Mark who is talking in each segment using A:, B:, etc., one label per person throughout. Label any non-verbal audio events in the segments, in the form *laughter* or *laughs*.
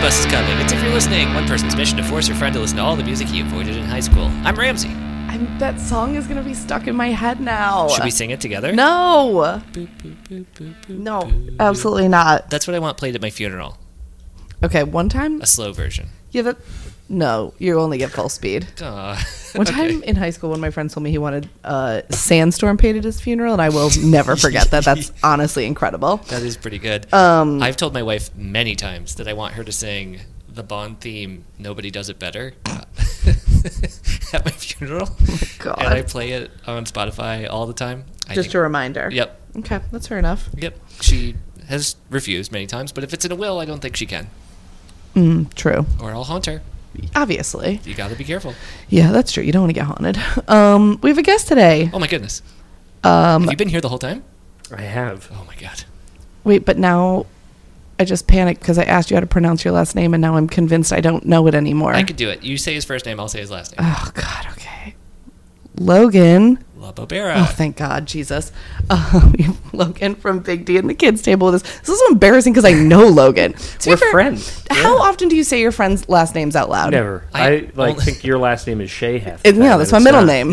A: bus is coming. It's if you're listening. One person's mission to force your friend to listen to all the music he avoided in high school. I'm Ramsey.
B: I'm, that song is gonna be stuck in my head now.
A: Should we sing it together?
B: No,
A: Boop, boop, boop, boop, boop,
B: no,
A: boop.
B: absolutely not.
A: That's what I want played at my funeral.
B: Okay, one time.
A: A slow version.
B: Yeah, that. No, you only get
A: *laughs*
B: full speed.
A: Aw.
B: One
A: Okay.
B: time in high school, one of my friends told me he wanted uh, sandstorm paid at his funeral, and I will never forget
A: *laughs*
B: that. That's honestly incredible.
A: That is pretty good.
B: Um,
A: I've told my wife many times that I want her to sing the Bond theme, Nobody Does It Better, *laughs* at my funeral.
B: Oh God.
A: And I play it on Spotify all the time. I
B: Just
A: think-
B: a reminder.
A: Yep.
B: Okay, that's fair enough.
A: Yep. She has refused many times, but if it's in a will, I don't think she can.
B: Mm, true.
A: Or I'll haunt her.
B: Obviously.
A: You gotta be careful.
B: Yeah, that's true. You don't want to get haunted. *laughs* Um, we have a guest today.
A: Oh my goodness.
B: Um,
A: Have you been here the whole time?
C: I have.
A: Oh my god.
B: Wait, but now I just panicked because I asked you how to pronounce your last name, and now I'm convinced I don't know it anymore.
A: I could do it. You say his first name, I'll say his last name.
B: Oh God. Okay. Logan.
A: La
B: Oh,
A: Bobera.
B: thank God, Jesus. *laughs* Uh, we have Logan from Big D and the kids table with us. This is so embarrassing because I
A: *laughs*
B: know Logan. So
C: We're
B: you've heard-
C: friends.
B: How often do you say your friends' last names out loud?
C: Never.
A: I-
C: I, like
A: only-
C: think your last name is Shay half. the
B: And, yeah,
C: time,
B: that's my
C: and it's
B: middle
C: not.
B: name.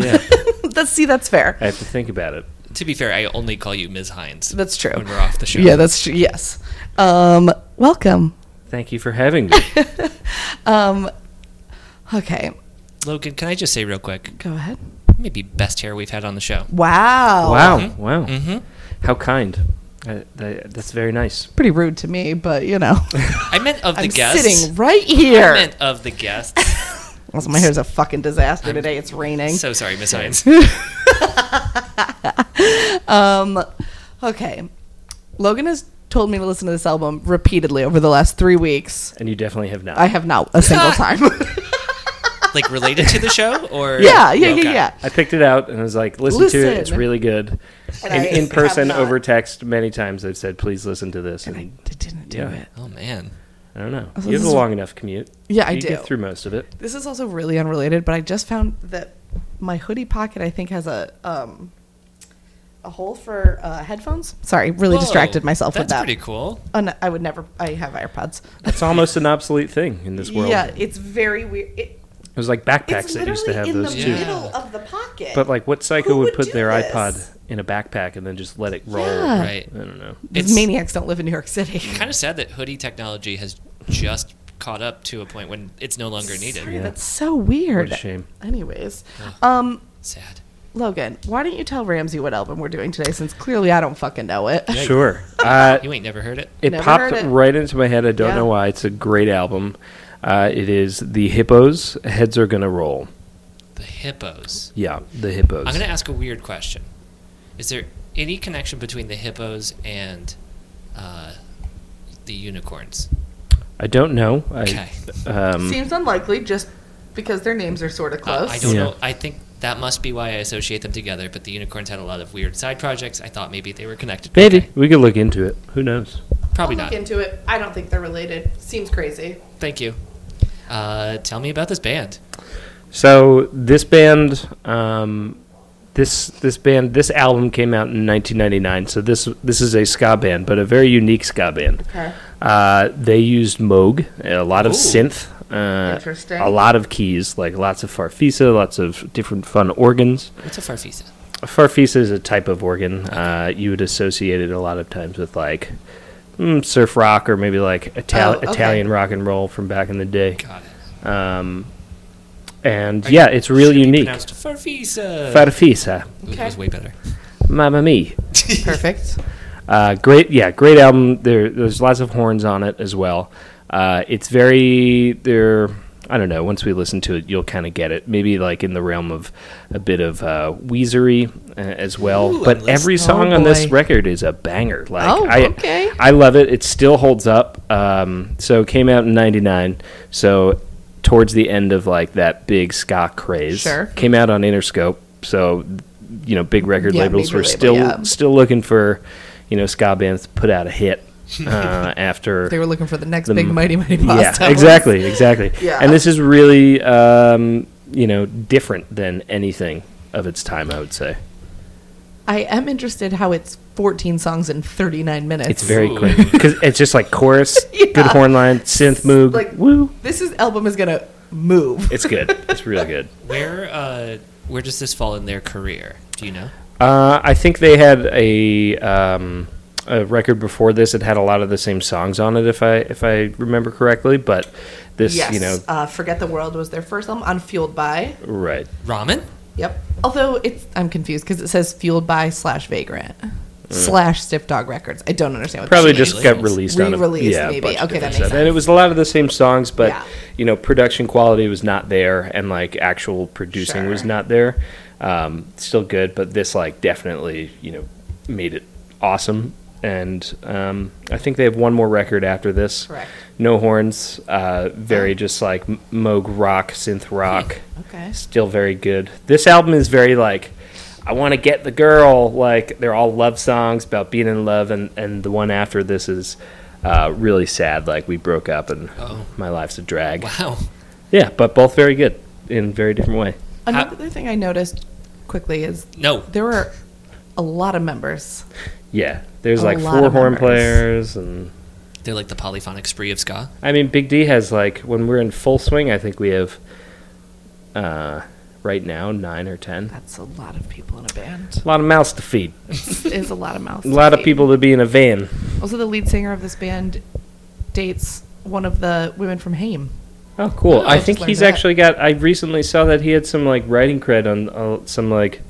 B: *laughs*
C: Yeah.
B: that's see, that's fair.
C: I have to think about it.
A: to be fair, I only call you Ms. Hines.
B: That's true.
A: When we're off the show.
B: Yeah, that's true. Yes. Um, welcome.
C: Thank you for having me.
B: Um, okay,
A: Logan, can I just say real quick?
B: go ahead.
A: Maybe best hair we've had on the show.
B: Wow.
C: wow, wow.
A: Mm-hmm.
C: How kind. Uh, tha- that's very nice.
B: Pretty rude to me, but you know,
A: I meant
B: *laughs*
A: of the
B: I'm
A: guests.
B: sitting right
A: I
B: here.
A: meant of the
B: *laughs*
A: guests.
B: Also, my hair's a fucking disaster today. It's raining.
A: so sorry, Miss Hines.
B: Um, okay. Logan has told me to listen to this album repeatedly over the last three weeks.
C: And you definitely have not.
B: I have not a
A: *laughs*
B: single
A: Ah.
B: time.
A: like related to the show, or
B: *laughs* yeah, yeah, yeah,
A: Okay.
B: yeah.
C: I picked it out and I was like, listen, to it.
B: Listen.
C: It's really good.
B: And
C: And
B: I
C: in
B: have
C: person,
B: not.
C: over text, many times I've said, please listen to this.
B: And I
C: And
B: d- didn't do
C: Yeah.
B: it.
A: Oh man,
C: I don't know.
B: So this
C: You have a
B: is-
C: long enough commute.
B: Yeah, I
C: you
B: do.
C: get through most of it.
B: This is also really unrelated, but I just found that my hoodie pocket I think has a um a hole for uh, headphones. Sorry, really
A: Whoa,
B: distracted myself with
A: That's
B: that.
A: pretty cool.
B: Oh, no, I would never. I have AirPods.
C: It's almost an obsolete thing in this world.
B: Yeah, it's very weird. It,
C: It was like backpacks
B: it's
C: that
B: literally
C: used to have
B: in
C: those
B: the
C: too.
B: middle
A: Yeah.
B: of the pocket.
C: But like, what psycho
B: would
C: would put
B: do
C: their
B: this?
C: iPod in a backpack and then just let it roll?
B: Yeah.
A: Right.
C: I don't know.
B: These
A: it's-
B: maniacs don't live in New York City.
A: Kind of sad that hoodie technology has just caught up to a point when it's no longer needed.
B: Sorry,
C: Yeah.
B: That's so weird.
C: What a shame.
B: Anyways, um,
A: Sad.
B: Logan, why don't you tell Ramsey what album we're doing today? Since clearly I don't fucking know it.
A: Yeah, *laughs*
C: Sure. Uh,
A: You ain't never heard it.
C: it
B: Never
C: popped
B: heard it.
C: right into my head. I don't
B: Yeah.
C: know why. It's a great album. Uh, it is The Hippos. Heads Are Gonna Roll.
A: The hippos.
C: Yeah, The Hippos.
A: I'm gonna ask a weird question. Is there any connection between the hippos and uh, the unicorns?
C: I don't know. I,
A: Okay.
C: Um,
B: Seems unlikely, just because their names are sort of
A: Uh,
B: close.
A: I don't
C: Yeah.
A: know. I think that must be why I associate them together. But the unicorns had a lot of weird side projects. I thought maybe they were connected.
C: maybe
A: Okay.
C: we could look into it. Who knows?
A: Probably
B: I'll look
A: not.
B: into it. I don't think they're related. Seems crazy.
A: Thank you. Uh, tell me about this band.
C: So this band, um, this this band, this album came out in 1999. So this this is a ska band, but a very unique ska band. *laughs*
B: Okay.
C: Uh, they used Moog, a lot of
A: Ooh.
C: synth, uh,
B: Interesting.
C: a lot of keys, like lots of farfisa, lots of different fun organs.
A: What's a farfisa?
C: Farfisa is a type of organ. Uh, you would associate it a lot of times with like mm, surf rock or maybe like Itali-
B: Oh, okay.
C: Italian rock and roll from back in the day.
A: Got it.
C: Um, and yeah, it's really unique.
A: Pronounced farfisa.
C: Farfisa,
A: Ooh, that
B: Okay.
A: was way better.
C: mamma mia.
B: Perfect.
C: Uh, great, yeah, great album. There, there's lots of horns on it as well. Uh, it's very there. I don't know. Once we listen to it, you'll kind of get it. Maybe like in the realm of a bit of uh, Weezery uh, as well.
A: Ooh,
C: but
A: I'm
C: every
B: listening.
C: song
B: Oh,
C: on this
B: boy.
C: record is a banger. Like
B: Oh,
C: I,
B: okay.
C: I love it. It still holds up. Um, so it came out in '99. So towards the end of like that big ska craze,
B: Sure.
C: came out on Interscope. So you know, big record
B: Yeah,
C: labels
B: major
C: were
B: label,
C: still
B: yeah.
C: still looking for you know ska bands to put out
B: *laughs*
C: a hit uh, after
B: They were looking for the next
C: The
B: big
C: m-
B: mighty mighty boss.
C: yeah
B: Tower.
C: exactly exactly
B: Yeah.
C: and this is really um, you know different than anything of its time i would say
B: I am interested how it's 14 songs in 39 minutes.
C: It's very
A: Ooh.
C: quick because it's just like chorus, good
B: *laughs* Yeah.
C: horn line, synth moog,
B: Like-
C: woo.
B: This is, album is going to move.
C: It's good.
B: *laughs*
C: It's real good.
A: Where uh, where does this fall in their career? Do you know?
C: Uh, I think they had a um, a record before this. It had a lot of the same songs on it, if I if I remember correctly. But this,
B: yes.
C: you know,
B: uh, Forget the World was their first album on Fueled By.
C: right?
A: Ramen?
B: Yep. Although it's, I'm confused because it says Fueled By slash Vagrant slash Stiff Dog Records. I don't understand what that
C: Mm. Probably
B: means.
C: just got released on a
B: Re-released,
C: yeah, a
B: maybe.
C: bunch of
B: Okay, that
C: different
B: makes
C: stuff.
B: sense.
C: And it was a lot of the same songs, but
B: Yeah.
C: you know, production quality was not there, and like actual producing was
B: Sure.
C: not there. Um, still good, but this like definitely you know made it awesome. And um, I think they have one more record after this.
B: Correct.
C: No horns. Uh, very just like m- moog rock, synth rock.
B: Okay.
C: Still very good. This album is very like I want to get the girl. Like they're all love songs about being in love, and and the one after this is uh, really sad. Like we broke up, and
A: Oh.
C: my life's a drag.
A: Wow.
C: Yeah, but both very good in very different way.
B: Another thing I noticed quickly is
A: No.
B: there were a lot of members.
C: Yeah, there's
B: A
C: like
B: lot
C: four
B: of
C: horn
B: members.
C: players, and
A: They're like the polyphonic spree of ska.
C: I mean Big D has like when we're in full swing, I think we have uh, right now nine or ten.
B: That's a lot of people in a band.
C: A lot of mouths to feed.
B: It's a lot of mouths.
C: *laughs* A lot
B: to
C: of
B: feed.
C: people to be in a van.
B: Also, the lead singer of this band dates one of the women from Haim.
C: Oh, cool!
B: Oh,
C: I think
B: just learned
C: he's
B: that.
C: actually got. I recently saw that he had some like writing cred on uh, some like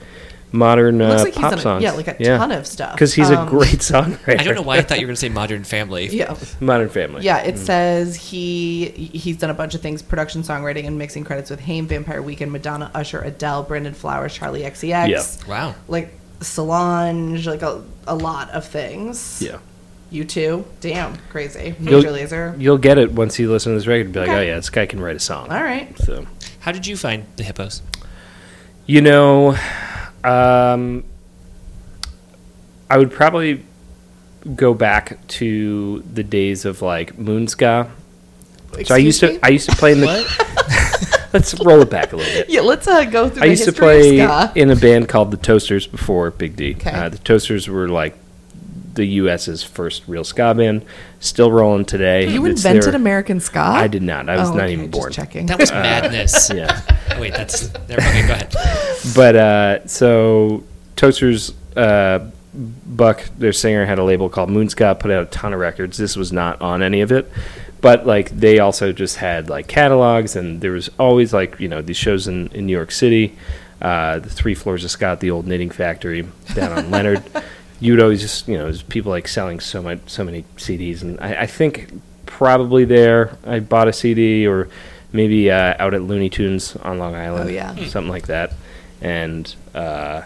C: modern uh,
B: Looks like he's
C: pop
B: done a-
C: songs.
B: yeah, like a ton of stuff.
C: Because he's a
B: Um,
C: great songwriter.
A: I don't know why
C: *laughs*
A: I thought you were going to say Modern Family.
B: *laughs* Yeah,
C: Modern Family.
B: yeah. It says he he's done a bunch of things: production, songwriting, and mixing credits with Haim, Vampire Weekend, Madonna, Usher, Adele, Brandon Flowers, Charlie XCX,
C: Yeah.
A: Wow.
B: like Solange, like a, a lot of things.
C: yeah.
B: you too. Damn, crazy.
C: You'll-
B: Major Laser.
C: You'll get it once you listen to this record. and Be like,
B: Okay.
C: oh yeah, this guy can write a song.
B: All right.
C: So
A: How did you find the hippos?
C: you know, um, I would probably go back to the days of like Moon Ska. so I
B: Excuse
C: used to
B: me?
C: I used to play in the. *laughs* Let's roll it back a little bit.
B: yeah, let's uh, go through.
C: I
B: the
C: used to
B: history
C: play
B: of ska.
C: in a band called the Toasters before Big D.
B: Okay.
C: Uh, the Toasters were like the U.S.'s first real ska band. Still rolling today.
B: You
C: It's
B: invented
C: their-
B: American ska.
C: I did not. I was
B: Oh,
C: not
B: okay,
C: even
B: just
C: born.
B: Checking.
A: That was *laughs* madness.
C: Yeah.
A: Uh, Oh, wait, that's. Never, okay, go ahead.
C: But uh, so Toasters uh, Buck, their singer, had a label called Moonscott, put out a ton of records. This was not on any of it. But like they also just had like catalogs, and there was always like you know these shows in, in New York City, uh, the Three Floors of Scott, the old knitting factory down
B: *laughs*
C: on Leonard. You'd always just you know there's people like selling so much so many CDs, and I, I think probably there I bought a CD or maybe uh, out at Looney Tunes on Long Island,
B: Oh, yeah.
C: something like that, and uh,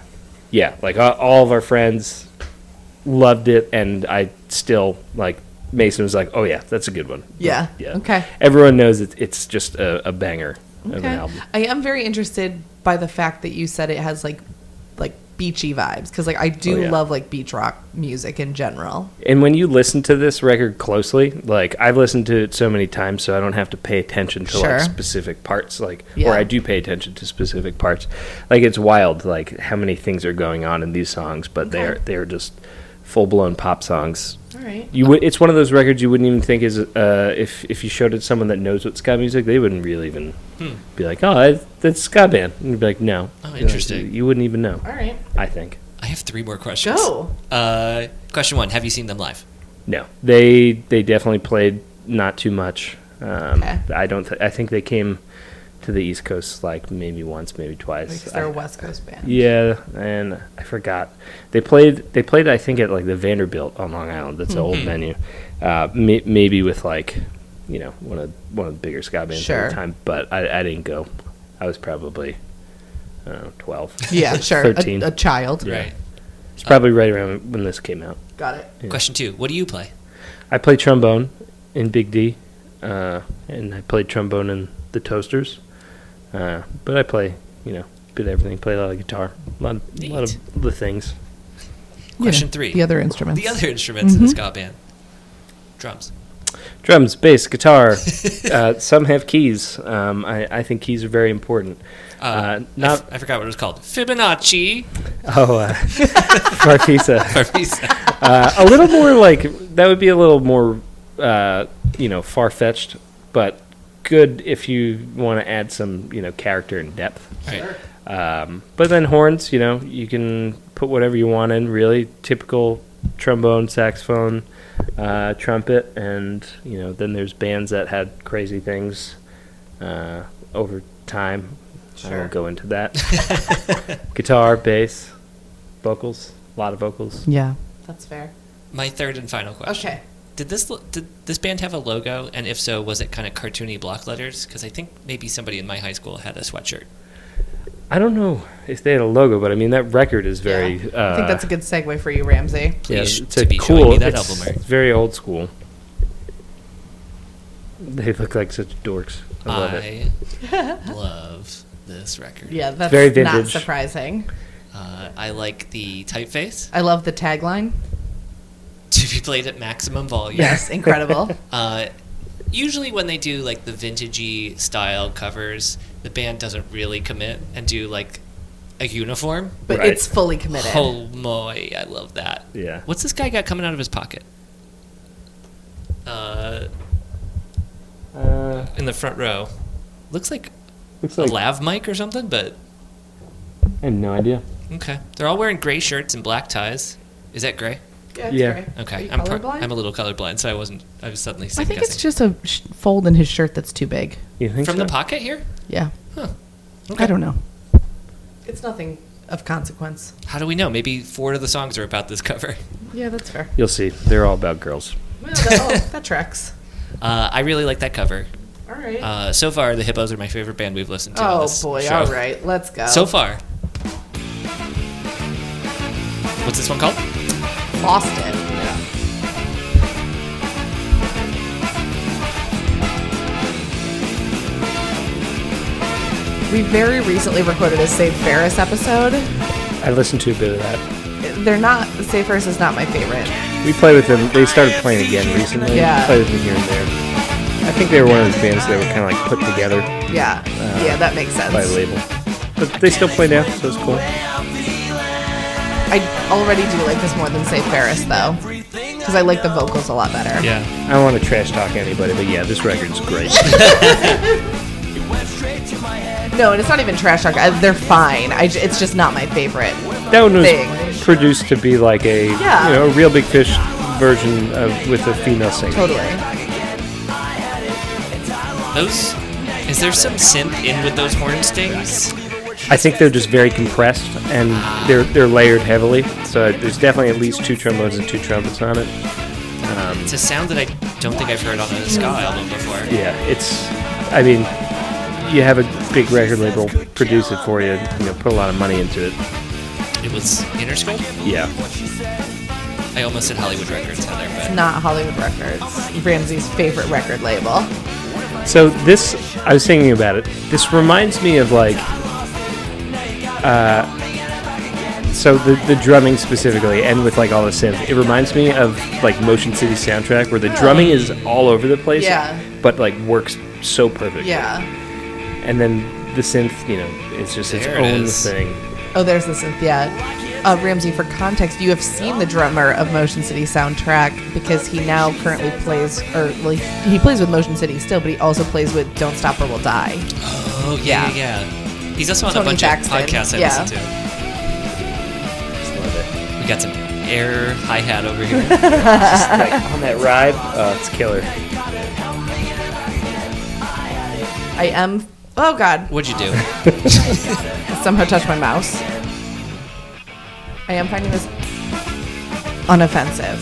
C: yeah, like all, all of our friends loved it, and I still like. Mason was like, "Oh yeah, that's a good one."
B: *laughs* Yeah.
C: yeah.
B: Okay.
C: Everyone knows it, it's just a, a banger of an album.
B: I am very interested by the fact that you said it has like like beachy vibes because like I do
C: Oh, yeah.
B: love like beach rock music in general.
C: And when you listen to this record closely, like I've listened to it so many times, so I don't have to pay attention to
B: Sure.
C: like specific parts, like
B: Yeah.
C: or I do pay attention to specific parts. Like it's wild, like how many things are going on in these songs, but
B: Okay.
C: they're they're just full blown pop songs.
B: All right.
C: You would, it's one of those records you wouldn't even think is uh, if if you showed it to someone that knows what ska music, they wouldn't really even be like, oh, that- that's ska band. And you'd be like, no,
A: Hmm. Oh, interesting.
C: You wouldn't even know.
B: All right.
C: I think.
A: I have three more questions.
B: Go.
A: Uh, question one Have you seen them live?
C: No, they they definitely played not too much. Um,
B: Okay.
C: I don't. Th- I think they came to the East Coast like maybe once, maybe twice.
B: Because they're
C: I-
B: a West Coast band.
C: yeah, and I forgot they played. They played, I think, at like the Vanderbilt on Long Island. That's an old venue. Uh, may- maybe with like, you know, one of one of the bigger ska bands at
B: Sure.
C: the time. But I, I didn't go. I was probably, I don't know, twelve. *laughs*
B: Yeah, sure.
C: Thirteen.
B: A, a child.
C: Yeah.
A: Right.
C: It's probably right around when this came out.
B: Got it.
A: Question two What do you play?
C: I play trombone in Big D, uh, and I played trombone in the Toasters. Uh, but I play, you know, bit of everything. Play a lot of guitar, a lot, of, a lot of the things.
A: Question three.
B: The other instruments. Mm-hmm.
A: The other instruments in the ska band drums.
C: drums, bass, guitar. uh, some have keys. Um, I, I think keys are very important. Uh,
A: I
C: not
A: f- I forgot what it was called. Fibonacci. *laughs*
C: oh, uh, Farfisa.
A: Farfisa.
C: Uh, a little more like that would be a little more, uh, you know, far fetched, but good if you want to add some, you know, character and depth.
A: Right.
C: Um, but then horns, you know, you can put whatever you want in. Really, typical trombone, saxophone, uh, trumpet, and you know, then there's bands that had crazy things uh, over time. I
B: Sure.
C: won't go
B: *laughs*
C: into that. Guitar, bass, vocals, a lot of vocals.
B: Yeah. That's fair.
A: My third and final question.
B: Okay.
A: Did this lo- did this band have a logo? And if so, was it kind of cartoony block letters? Because I think maybe somebody in my high school had a sweatshirt.
C: I don't know if they had a logo, but I mean that record is very. Uh,
B: I think that's a good segue for you, Ramsey.
C: yeah,
A: Please
C: it's
A: to
C: a
A: be showing
C: cool.
A: me that
C: it's,
A: album art.
C: it's very old school. They look like such dorks. I love it.
A: I love, this record.
B: Yeah, that's
C: very
B: not
C: vintage.
B: surprising.
A: Uh, I like the typeface *laughs*
B: I love the tagline.
A: to be played at maximum volume.
B: *laughs* Yes, incredible.
A: Uh, usually when they do like the vintagey style covers, the band doesn't really commit and do like a uniform.
B: But
C: Right.
B: it's fully committed.
A: Oh my, I love that.
C: Yeah.
A: What's this guy got coming out of his pocket? Uh,
C: Uh,
A: in the front row, looks like
C: looks
A: a
C: like
A: lav mic or something. But
C: I have no idea.
A: okay, they're all wearing gray shirts and black ties. Is that gray?
B: Yeah. it's
C: Yeah.
B: great. Are
A: Okay,
B: you
A: I'm pro-
B: colorblind?
A: I'm a little colorblind, so I wasn't. I was suddenly.
B: I think
A: guessing.
B: it's just a sh- fold in his shirt that's too big.
C: You think
A: from
C: so?
A: the pocket here.
B: Yeah.
A: Huh.
B: I don't know. It's nothing of consequence.
A: How do we know? Maybe four of the songs are about this cover. *laughs*
B: Yeah, that's fair.
C: You'll see. They're all about girls.
B: Well, that, oh, *laughs* that tracks.
A: Uh, I really like that cover.
B: All right.
A: Uh, so far, the Hippos are my favorite band we've listened to. on
B: oh
A: this
B: boy!
A: show.
B: All right, let's go.
A: So far. What's this one called?
B: lost it. We very recently recorded a Save Ferris episode.
C: I listened to a bit of that.
B: They're not Save Ferris is not my favorite.
C: We play with them. They started playing again recently. We
B: Yeah.
C: play with them here and there. I think they were one of those bands that were kind of like put together
B: Yeah, yeah, that makes sense.
C: by a label. But they still play now, so it's cool.
B: I already do like this more than Save Ferris though, because I like the vocals a lot better.
A: Yeah.
C: I don't want to trash talk anybody, but yeah, this record's great.
B: No, and it's not even trash talk. I, they're fine. I j- it's just not my favorite.
C: that one was
B: Thing.
C: produced to be like a
B: Yeah.
C: you know a real big fish version of with a female singer.
B: Totally.
A: Those. Is there some synth in with those horn stings?
C: I think they're just very compressed and they're they're layered heavily. So there's definitely at least two trombones and two trumpets on it.
A: It's a sound that I don't think I've heard on a ska album before.
C: Yeah, it's I mean you have a big record label produce it for you, you know, put a lot of money into it.
A: It was Interscope.
C: Yeah.
A: I almost said Hollywood Records, Heather, but
B: Not Hollywood Records, Ramsey's favorite record label.
C: So this, I was thinking about it. This reminds me of like, uh, so the the drumming specifically, and with like all the synth, it reminds me of like Motion City soundtrack, where the drumming is all over the place,
B: Yeah.
C: but like works so perfect.
B: Yeah.
C: And then the synth, you know, it's just its
A: There it
C: own
A: is.
C: thing.
B: Oh, there's the synth. Yeah. Uh, Ramsey, for context, you have seen the drummer of Motion City soundtrack because he now currently plays, or well, he, he plays with Motion City still, but he also plays with Don't Stop or We'll Die.
A: oh yeah, yeah. yeah. He's also on
B: Tony
A: a bunch
B: Braxton.
A: of podcasts I
B: Yeah.
A: listen to.
C: Just love it.
A: We got some air hi hat over here.
C: Just like on that ride, oh, it's killer.
B: I am. Oh God!
A: What'd you do?
B: Somehow touched my mouse. I am finding this unoffensive.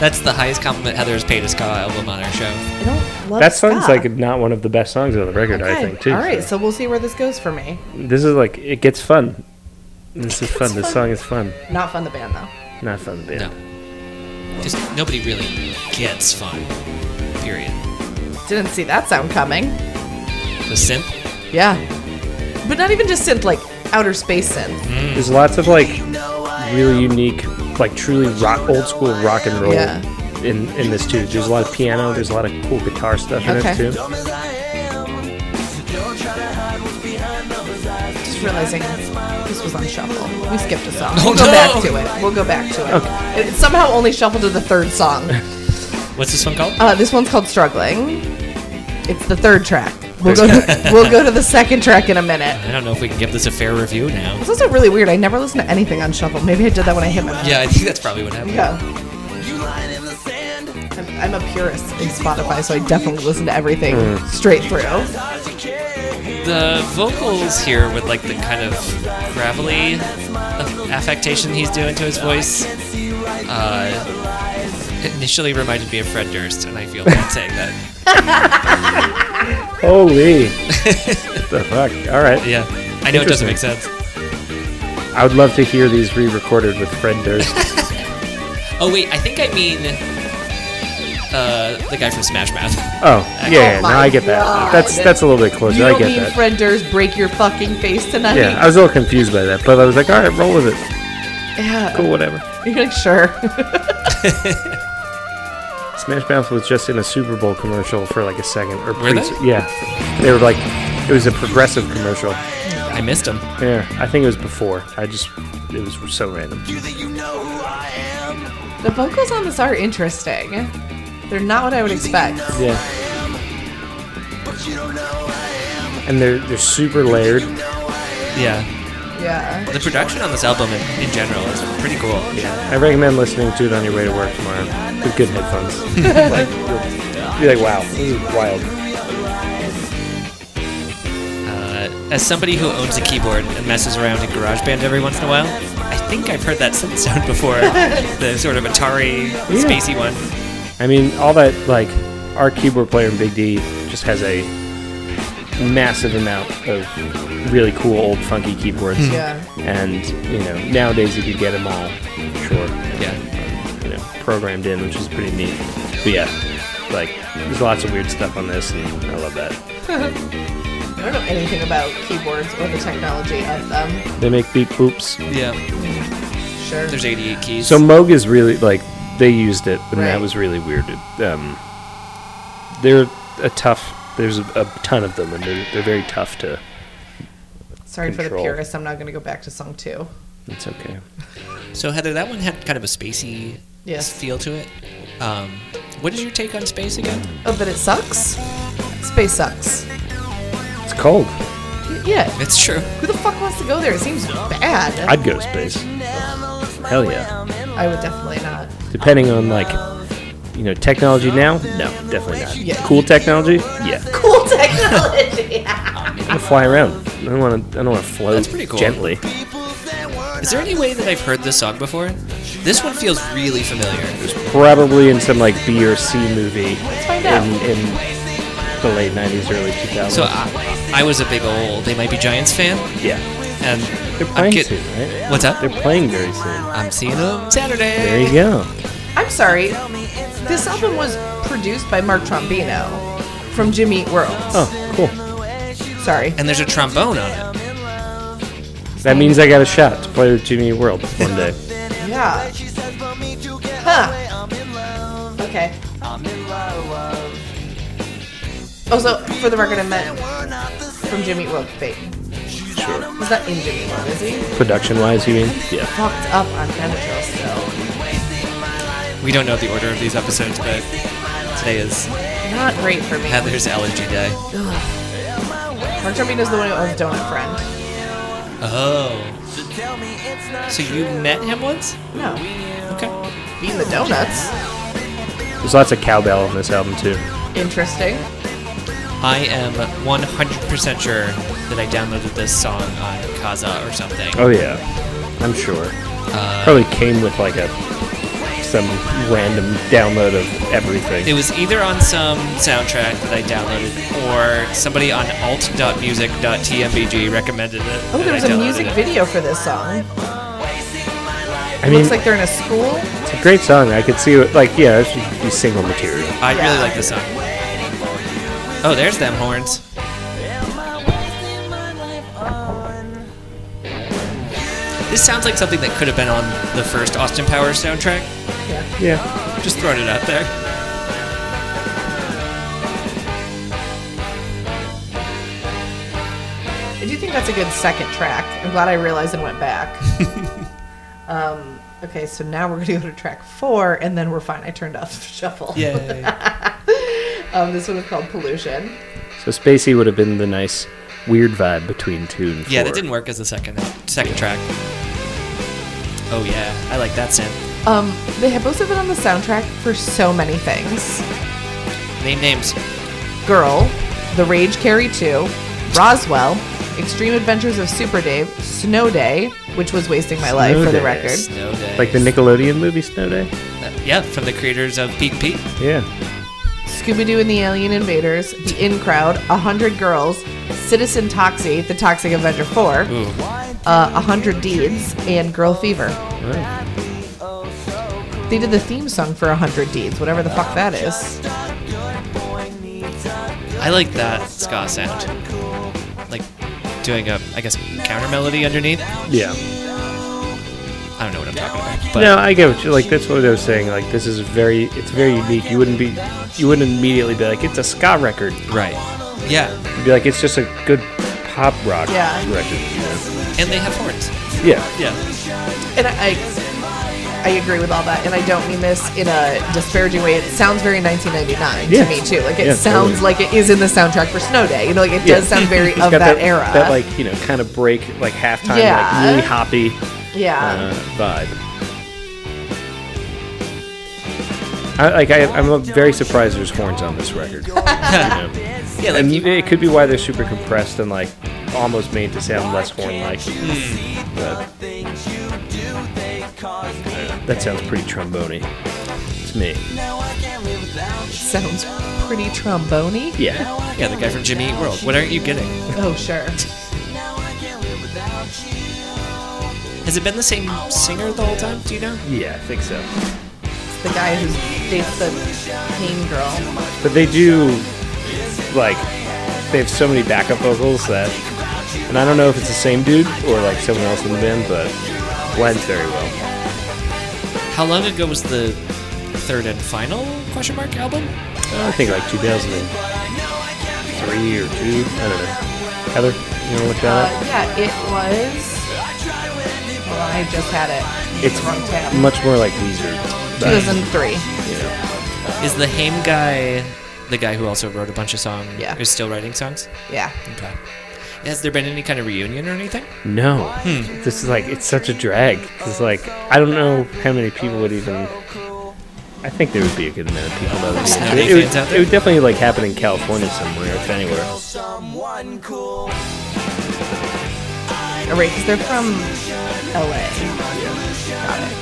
A: That's the highest compliment Heather has paid a ska album on our show.
B: I don't love
C: That sounds
B: ska.
C: like not one of the best songs on the record, I
B: Okay.
C: think, too.
B: All right, so we'll see where this goes for me.
C: this is like it gets fun. This is fun. This song is fun.
B: Not fun the band though.
C: Not fun, band.
A: No. Just nobody really gets fun. Period.
B: Didn't see that sound coming.
A: The synth.
B: Yeah, but not even just synth, like outer space synth.
C: There's lots of like really unique, like truly rock, old school rock and roll
B: Yeah.
C: in, in this too. There's a lot of piano. There's a lot of cool guitar stuff in
B: Okay.
C: it too.
B: Just realizing this was on shuffle. We skipped a song.
A: Oh,
B: we'll go
A: no.
B: back to it. We'll go back to it. It, it somehow only shuffled to the third song.
A: What's this one called?
B: Uh, this one's called "Struggling." It's the third track. We'll go. To, *laughs* we'll go to the second track in a minute.
A: I don't know if we can give this a fair review now.
B: It's also really weird. I never listen to anything on shuffle. Maybe I did that when I hit my.
A: Yeah, I think that's probably what happened.
B: Yeah. I'm, I'm a purist in Spotify, so I definitely listen to everything
C: Hmm.
B: straight through.
A: The vocals here with like the kind of gravelly affectation he's doing to his voice uh, initially reminded me of Fred Durst, and I feel bad saying that.
B: *laughs*
C: Holy, what the fuck! All right,
A: *laughs* Yeah, I know it doesn't make sense.
C: I would love to hear these re-recorded with Fred
B: *laughs*
C: Durst.
A: Oh wait, I think I mean uh, the guy from Smash Mouth.
C: Oh, yeah, yeah
B: Oh my
C: no, I get that.
B: God.
C: That's that's a little bit closer.
B: You
C: I
B: don't
C: get
B: mean
C: that.
B: friend Durst break your fucking face tonight?
C: yeah, I was a little confused by that, but I was like, all right, roll with it.
B: Yeah.
C: Cool, whatever.
B: *laughs* You're like, sure. *laughs*
C: Smash Mouth was just in a Super Bowl commercial for like a second or
A: Were they?
C: Yeah, they were like, it was a progressive commercial.
A: I missed him.
C: Yeah, I think it was before. I just it was so random.
B: the vocals on this are interesting. They're not what I would expect.
C: Yeah. And they're they're super layered.
A: Yeah,
B: Yeah.
A: the production on this album in, in general is pretty cool.
C: I recommend listening to it on your way to work tomorrow with good *laughs* headphones. like you'll be like, wow, this is wild.
A: Uh, as somebody who owns a keyboard and messes around in GarageBand every once in a while, I think I've heard that *laughs* sound sound
C: *laughs*
A: before. the sort of Atari
C: Yeah.
A: spacey one.
C: I mean, all that like our keyboard player in Big D just has a massive amount of really cool old funky keyboards.
B: Yeah.
C: And you know, nowadays you could get them all, sure,
A: Yeah.
C: you know, programmed in, which is pretty neat. But yeah, like there's lots of weird stuff on this, and I love that.
B: I don't know anything about keyboards or the technology of them.
C: They make beep boops.
A: Yeah.
B: Sure.
A: There's 88 keys.
C: So Moog is really like they used it, and
B: Right.
C: that was really weird. It, um, they're a tough. There's a, a ton of them, and they're they're very tough to.
B: Sorry for the
C: control.
B: purists. I'm not going to go back to song two.
C: It's okay.
A: So Heather, that one had kind of a spacey
B: Yes.
A: feel to it. Um, what is your take on space
C: *laughs*
A: again?
B: Oh, but it sucks? Space sucks.
C: It's cold.
B: Y- Yeah.
A: It's true.
B: Who the fuck wants to go there? It seems bad.
C: I'd go to space. Hell yeah.
B: I would definitely not.
C: Depending on like, you know, technology now. No, definitely not.
B: Yeah.
C: Cool technology. Yeah.
B: Cool technology. *laughs*
C: I fly around. I don't want to. I don't want to float
A: That's pretty cool.
C: gently.
A: Is there any way that I've heard this song before? This one feels really familiar.
C: Probably in some like B or C movie
B: Let's find
C: in,
B: out.
C: in the late '90s, early 2000s.
A: So uh, I, I was a big old They Might Be Giants fan,
C: yeah,
A: and
C: they're
A: I'm
C: playing
A: get-
C: soon, right?
A: What's up?
C: They're playing very soon.
A: I'm seeing them Saturday.
C: There you go.
B: I'm sorry. This album was produced by Mark Trombino from Jimmy Eat World.
C: Oh, cool.
B: Sorry.
A: And there's a trombone on it.
C: That means I got a shot to play with Jimmy Eat World one day.
A: *laughs*
B: Yeah. Huh. Okay. Also, Oh, for the record, I meant from Jimmy Eat World fate.
C: Sure.
B: He's not in Jimmy Eat World, is he?
C: Production wise, you mean? Yeah.
B: Fucked up on Benadryl still.
A: We don't know the order of these episodes, but today is
B: Not great for me.
A: Heather's allergy day.
B: Mark Trombino's the one who owns Donut Friend.
A: Oh. So you met him once?
B: No.
A: Okay.
B: Being the donuts.
C: There's lots of cowbell on this album too.
B: Interesting.
A: I am 100% sure that I downloaded this song on Kaza or something.
C: Oh yeah, I'm sure.
A: Uh,
C: Probably came with like a some random download of everything.
A: It was either on some soundtrack that I downloaded or somebody on alt.music.tmbg recommended it.
B: Oh,
A: and I
B: there was a
A: downloaded
B: music
A: it.
B: video for this song.
C: I mean,
B: Looks like they're in a school.
C: it's a great song. I could see it, like yeah, it should be single material.
A: I really
B: Yeah.
A: like this song. Oh, there's them horns. This sounds like something that could have been on the first Austin Powers soundtrack.
C: Yeah.
A: Just throwing it out there.
B: I do think that's a good second track. I'm glad I realized and went back. um, okay, so now we're going to go to track four, and then we're fine. I turned off shuffle.
A: Yeah.
B: Um, this one is called Pollution.
C: So Spacey would have been the nice weird vibe between two and
A: *laughs*
C: four.
A: yeah, that didn't work as a second second track. Oh yeah, I like that synth.
B: Um, they have both of it on the soundtrack for so many things.
A: Name names.
B: Girl, The Rage Carry 2, Roswell, Extreme Adventures of Super Dave, Snow Day, which was wasting my life
C: Snow
B: for the
C: Day.
B: record.
A: Snow Day.
C: Like the Nickelodeon movie Snow Day.
A: Yeah, from the creators of Peek Pete.
C: Yeah.
B: Scooby Doo and the Alien Invaders, The In Crowd, A Hundred Girls, Citizen Toxie, The Toxic Avenger 4, uh,
A: Ooh.
B: A Hundred Deeds, and Girl Fever.
C: Oh.
B: They did the theme song for A Hundred Deeds, whatever the fuck that is.
A: I like that ska sound. Like doing a, I guess, counter melody underneath.
C: Yeah.
A: I don't know what I'm talking about. But
C: No, I get what you like. That's what I was saying. Like this is very, it's very unique. You wouldn't be, you wouldn't immediately be like it's a ska record.
A: right. Yeah,
C: You'd be like it's just a good pop rock
B: Yeah.
C: record. you know?
A: and they have horns.
C: Yeah.
A: Yeah.
B: And I, I, I agree with all that, and I don't mean this in a disparaging way. It sounds very 1999
C: Yeah.
B: to me too. Like it
C: Yeah,
B: sounds
C: totally.
B: like it is in the soundtrack for Snow Day. You know, like it
C: Yeah.
B: does sound very
C: *laughs* It's
B: of
C: got
B: that, era.
C: That like you know kind of break like halftime
B: Yeah.
C: like really hoppy
B: yeah,
C: uh, vibe. I, like I, I'm uh, very surprised there's horns on this record. You know?
A: Yeah, like
C: And
A: you,
C: it could be why they're super compressed and like almost made to sound less horn like. That sounds pretty trombony to me.
B: sounds pretty trombony.
C: Yeah.
A: yeah, the guy from Jimmy Eat World. What aren't you getting?
B: Oh sure.
A: Has it been the same singer the whole time? Do you know?
C: Yeah, I think so.
B: the guy who dates the pain girl.
C: But they do like they have so many backup vocals that and I don't know if it's the same dude or like someone else in the band, but blends very well.
A: How long ago was the third and final question mark album?
C: I think like 2003 or two. I don't know. Heather, you wanna look
B: Uh,
A: Uh-huh.
C: that up?
B: yeah, it was. Well, I just had it.
C: It's
B: wrong tab.
C: much more like Weezer. but,
B: 2003.
C: you know.
A: Is the Haim guy the guy who also wrote a bunch of songs?
B: Yeah.
A: Is still writing songs?
B: Yeah.
A: Okay. Has there been any kind of reunion or anything?
C: No, this is like it's such a drag. It's like I don't know how many people would even. I think there would be a good amount of people that would.
A: Just
C: Be
A: not
C: it,
A: any
C: would
A: fans out
C: it would definitely like happen in California somewhere, if anywhere.
B: Oh, right, 'cause they're from LA. Got it.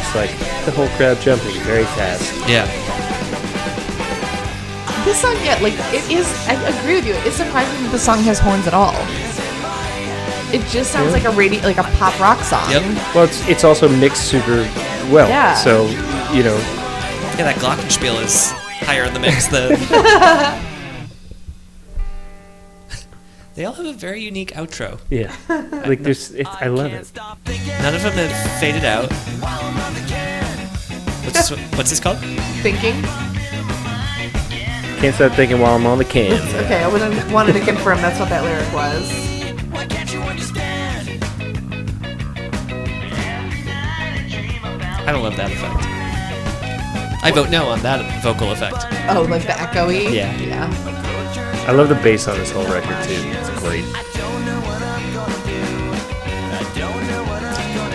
C: It's like the whole crowd jumping very fast.
A: Yeah.
B: This song, yeah, like it is. I agree with you. It's surprising that the song has horns at all. It just sounds like a radio, like a pop rock song.
A: Yep.
C: Well, it's it's also mixed super well.
B: Yeah.
C: So you know,
A: Yeah, that Glockenspiel is higher in the mix than. they all have a very unique outro.
C: yeah. Like there's, it's, I love it.
A: None of them have faded out. What's this, what's this called?
B: Thinking.
C: Can't stop thinking while I'm on the can.
B: Okay, I wanted, wanted to confirm that's what that lyric was.
A: I don't love that effect. I vote no on that vocal effect.
B: Oh, like the echoey.
A: Yeah.
B: Yeah.
C: I love the bass on this whole record too. It's great.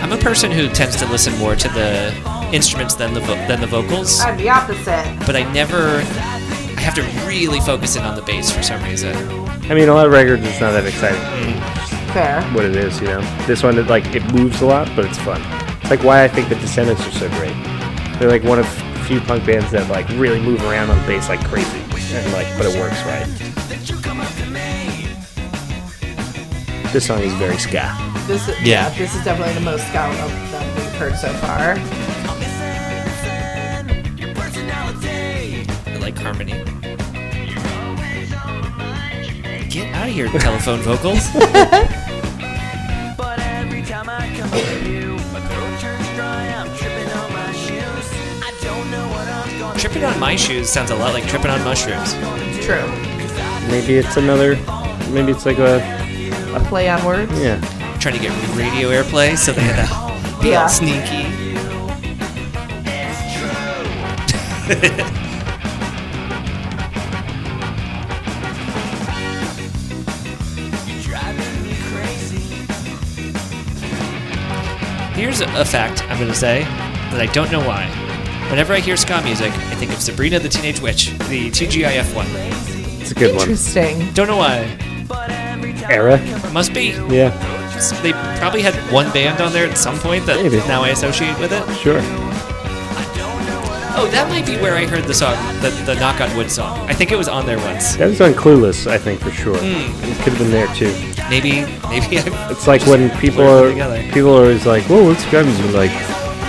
A: I'm a person who tends to listen more to the instruments than the vo- than the vocals,
B: I'm the opposite.
A: but I never. I have to really focus in on the bass for some reason.
C: I mean, a lot of records it's not that exciting.
B: Fair.
C: what it is, you know. This one, it, like, it moves a lot, but it's fun. It's like why I think the Descendants are so great. They're like one of few punk bands that like really move around on bass like crazy, and like, but it works right. This song is very ska.
B: This is,
A: Yeah.
B: yeah. This is definitely the most scout of them we've heard so far.
A: I like harmony. *laughs* Get out of here, telephone vocals.
D: But every time I
A: Tripping on my shoes sounds a lot like tripping on mushrooms.
B: True.
C: Maybe it's another. Maybe it's like a
B: Play on words.
C: yeah.
A: Trying to get radio airplay, so they had to be
B: Yeah.
A: all sneaky. Here's a fact I'm going to say that I don't know why. Whenever I hear ska music, I think of Sabrina the Teenage Witch, the TGIF one.
C: It's a good one.
B: Interesting.
A: Don't know why.
C: Era.
A: Must be.
C: Yeah.
A: They probably had one band on there at some point that
C: Maybe.
A: now I associate with it.
C: Sure.
A: Oh, that might be where I heard the song, the, the Knock on Wood song. I think it was on there once.
C: That was on Clueless, I think for sure. It could have been there too.
A: Maybe, maybe I.
C: It's like when people
A: blur
C: are
A: them together.
C: people are always like, "Whoa, what's Gremlins?" And like,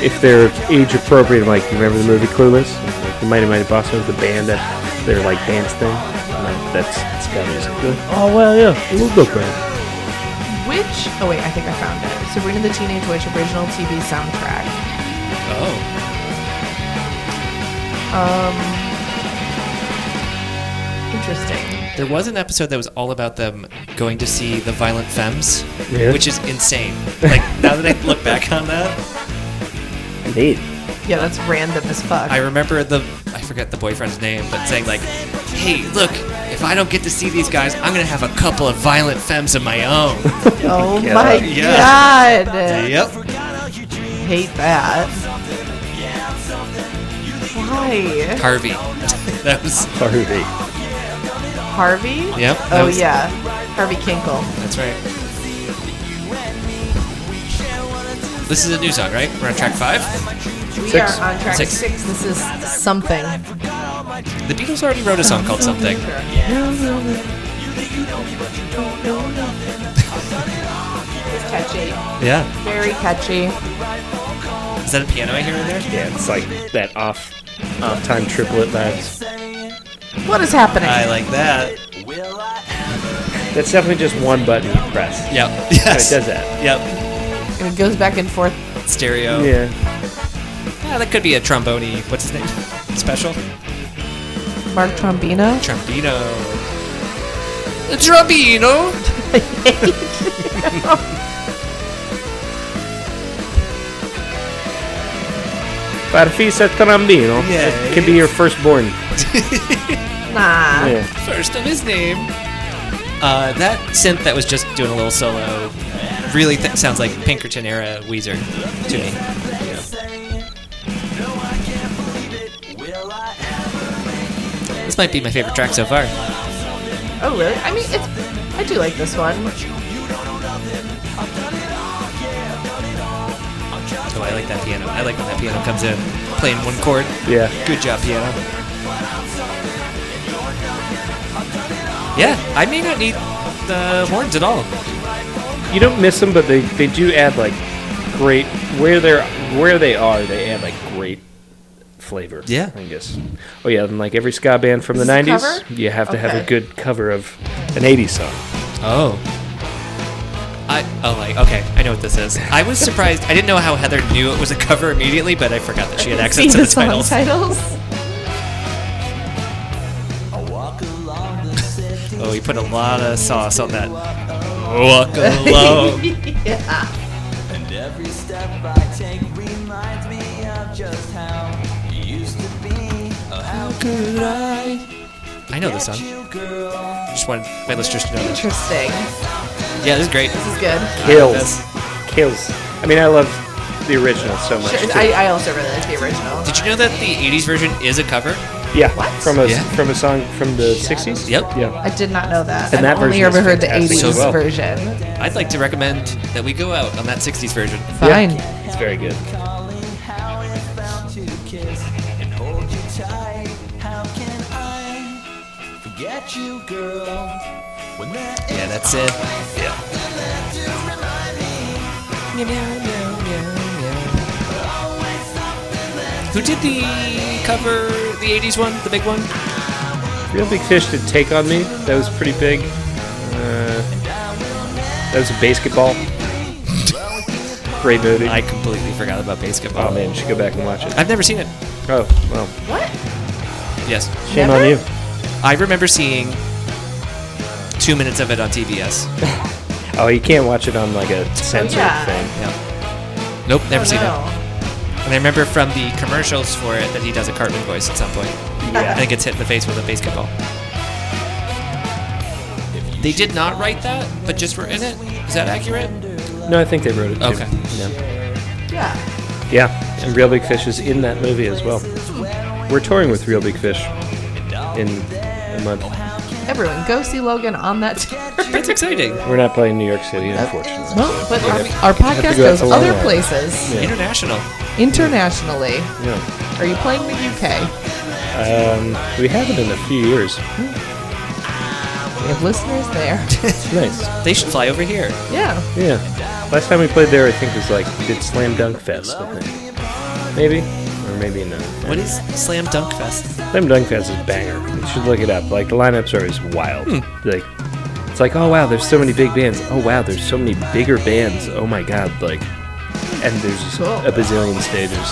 C: if they're age appropriate, I'm like, "You remember the movie Clueless?" Like, the Mighty Mighty Boss was the band that their like dance thing. I'm like, that's that's kind of Oh well, yeah, it will look right.
B: Which? Oh wait, I think I found it. Sabrina the Teenage Witch original TV soundtrack.
A: Oh,
B: Interesting.
A: there was an episode that was all about them going to see the Violent Femmes,
C: Really?
A: which is insane. Like now that I look back on that,
C: Neat.
B: Yeah, that's random as fuck.
A: I remember the I forget the boyfriend's name, but saying like, "Hey, look, if I don't get to see these guys, I'm gonna have a couple of Violent Femmes of my own."
B: oh
C: Yeah.
B: my
A: Yeah.
B: god.
A: *laughs* yep.
B: Hate that. Why?
A: Harvey. *laughs* that was
C: Harvey.
B: Harvey?
A: Yep, that
B: Oh
A: was-
B: yeah. Harvey Kinkle.
A: That's right. This is a new song, right? We're on track five.
B: We
C: Six.
B: are on track
A: Six.
B: six. This is something.
A: The Beatles already wrote a song called Something.
B: It's catchy.
A: Yeah.
B: Very catchy.
A: Is that a piano I hear in there?
C: Yeah, it's like that off off time triplet vibes.
B: What is happening?
A: I like that.
C: That's definitely just one button you press.
A: Yep.
C: And
A: Yes.
C: It does that.
A: Yep.
B: And it goes back and forth.
A: Stereo.
C: Yeah.
A: Ah, that could be a trombone. What's his name? Special.
B: Mark Trombino.
A: Trombino. Trombino.
C: Parfisa Trambino.
A: Yeah.
C: It could be your firstborn.
B: Nah.
C: Yeah.
A: First of his name. Uh, that synth that was just doing a little solo really th- sounds like Pinkerton era Weezer to me. This might be my favorite track so far.
B: Oh really? I mean, it's. I do like this one.
A: Oh, I like that piano. I like when that piano comes in, playing one chord.
C: Yeah.
A: Good job, piano. Yeah, I may not need the horns at all.
C: you don't miss them, but they, they do add like great where they're where they are. They add like great flavor.
A: Yeah.
C: I guess. Oh yeah, and like every ska band from
B: Is
C: the
B: this a
C: '90s,
B: cover?
C: you have to have a
B: Okay.
C: good cover of an '80s song.
A: Oh. I oh like okay I know what this is. I was surprised. I didn't know how Heather knew it was a cover immediately, but I forgot that she had access
B: *laughs* See
A: to the
B: song
A: titles.
B: titles.
A: Oh, he put a lot of sauce on that. Walk alone.
B: yeah.
D: And every step I take reminds me of just how you used to be. Oh, how could I
A: *laughs* I know this song.
D: you, girl?
A: Just wanted my listeners to know that.
B: Interesting.
A: Yeah, this is great.
B: This is good.
C: Kills,
A: this.
C: kills. I mean, I love the original so much.
B: Sure,
C: too.
B: I, I also really like the original.
A: Did you know that the '80s version is a cover?
C: yeah, from a
A: Yeah.
C: from a song from the '60s.
A: Yep.
C: Yeah.
B: I did not know that.
C: And
B: I've
C: that
B: only
C: version is
B: ever heard the
C: fantastic
B: 80s
A: as well.
B: version.
A: I'd like to recommend that we go out on that '60s version.
B: Fine.
C: Yeah, it's very good.
D: Calling how it felt to kiss and hold you tight. How can I forget you, girl? When that
A: Yeah, that's it. Yeah. Who did the cover, the '80s one, the big one?
C: Real Big Fish did Take On Me. That was pretty big. Uh, that was a basketball. *laughs* Great movie.
A: I completely forgot about basketball.
C: oh man, you should go back and watch it.
A: I've never seen it.
C: Oh, well.
B: What?
A: Yes.
C: Shame
B: Never?
C: on you.
A: I remember seeing two minutes of it on TBS.
C: Oh, you can't watch it on like a censored
B: yeah.
C: thing.
A: Yeah. Nope, never
B: Oh,
A: seen it. And I remember from the commercials for it that he does a Cartman voice at some point. I
C: Yeah.
A: think it's hit in the face with a basketball. They did not write that, but just were in it. Is that accurate?
C: no, I think they wrote it. Too.
A: Okay.
C: Yeah.
B: Yeah.
C: yeah. And Real Big Fish is in that movie as well. We're touring with Real Big Fish in a month.
B: Everyone, go see Logan on that. *laughs* tour.
A: That's exciting.
C: We're not playing New York City, unfortunately.
B: but our,
C: have-
B: our
C: have
B: podcast
C: to go out
B: goes
C: to
B: other
C: Walmart.
B: places
C: Yeah.
A: International.
B: internationally.
C: Yeah.
B: Are you playing the UK?
C: We haven't in a few years.
B: We have listeners there. *laughs*
C: It's nice.
A: They should fly over here.
B: yeah.
C: Yeah. Last time we played there, I think was like we did Slam Dunk Fest. I think. Maybe. Or maybe not.
A: What is Slam Dunk Fest?
C: Slam Dunk Fest is a banger. You should look it up. Like the lineups are always wild. Like it's like oh wow, there's so many big bands. Oh wow, there's so many bigger bands. Oh my god, like and there's just
B: Cool.
C: a bazillion stages.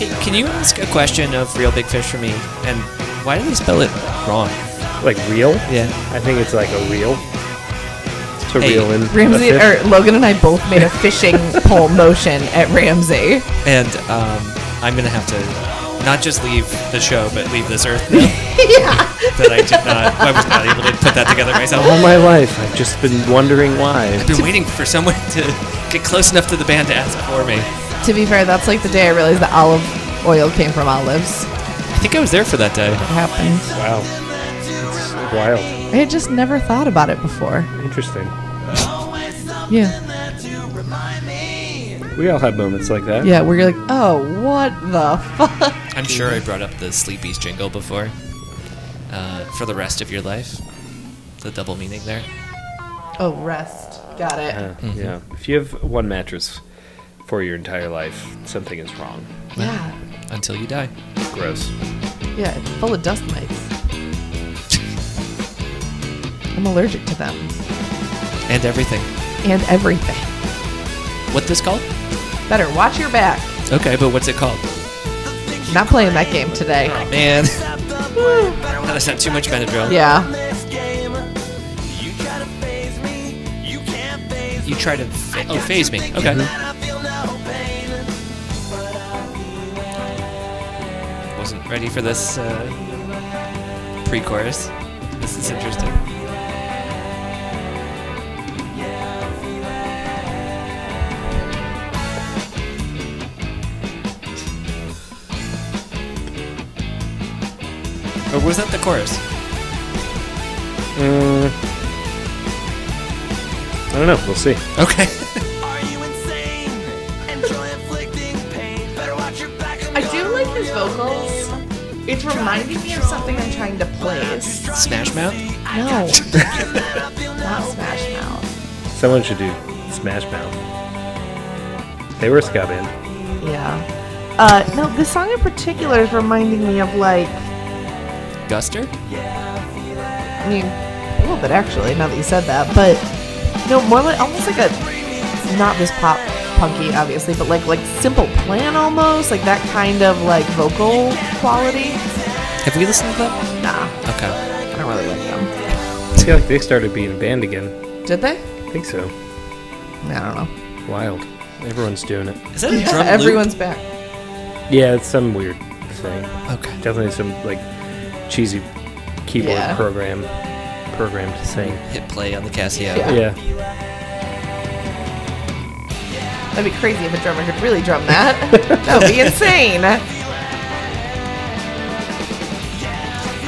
A: Hey, can you ask a question of Real Big Fish for me? And why do they spell it wrong?
C: Like real.
A: Yeah.
C: I think it's like a reel. To
A: Hey,
C: reel in. a
B: Ramsey er-
C: fish.
B: or Logan and I both made a
C: *laughs*
B: fishing pole motion at Ramsey.
A: And um, I'm gonna have to not just leave the show, but leave this earth. now
B: yeah.
A: that I did not. I was not able to put that together myself.
C: All my life, I've just been wondering why.
A: I've been waiting for someone to get close enough to the band to ask for me.
B: To be fair, that's like the day I realized that olive oil came from olives.
A: I think I was there for that day.
B: It happened.
C: Wow. It's wild.
B: I had just never thought about it before.
C: Interesting.
B: Yeah.
C: We all have moments like that.
B: Yeah, where you're like, oh, what the fuck?
A: I'm sure I brought up the Sleepy's jingle before. Uh, for the rest of your life. The double meaning there.
B: Oh, rest. Got it.
C: Uh, Yeah. If you have one mattress for your entire life, something is wrong.
B: Yeah.
A: Until you die.
C: Gross.
B: Yeah, it's full of dust mites. *laughs* I'm allergic to them
A: And everything.
B: and everything.
A: What this called?
B: Better watch your back.
A: Okay, but what's it called?
B: Not playing that game today.
A: Man. *laughs* That's not too much Benadryl.
B: Yeah.
A: You try to. Fa- oh, phase me. Okay. Wasn't ready for this uh, pre chorus. This is interesting. Or was that the chorus?
C: Mm. I don't know. We'll see.
A: Okay.
D: Are you insane? Enjoy inflicting pain. Better watch your back.
B: I do like his vocals. It's reminding me of something I'm trying to place.
A: *laughs* Smash Mouth?
B: No. *laughs* Not Smash Mouth.
C: Someone should do Smash Mouth. They were a ska band.
B: Yeah. Uh, no, this song in particular is reminding me of like,
A: Guster?
B: I mean, a little bit actually. Now that you said that, but no, more like almost like a not this pop punky, obviously, but like like Simple Plan almost, like that kind of like vocal quality.
A: Have we listened to that?
B: Nah,
A: Okay.
B: I don't really like them.
C: I feel like they started being a band again.
B: Did they?
C: I think so.
B: I don't know.
C: Wild. Everyone's doing it.
A: Is that a drum loop?
B: Everyone's back.
C: Yeah, it's some weird thing.
A: Okay.
C: Definitely some like cheesy keyboard
B: Yeah.
C: program programmed thing.
A: Hit play on the Casio.
B: Yeah.
C: Yeah.
B: That'd be crazy if a drummer could really drum that. *laughs* that would be insane.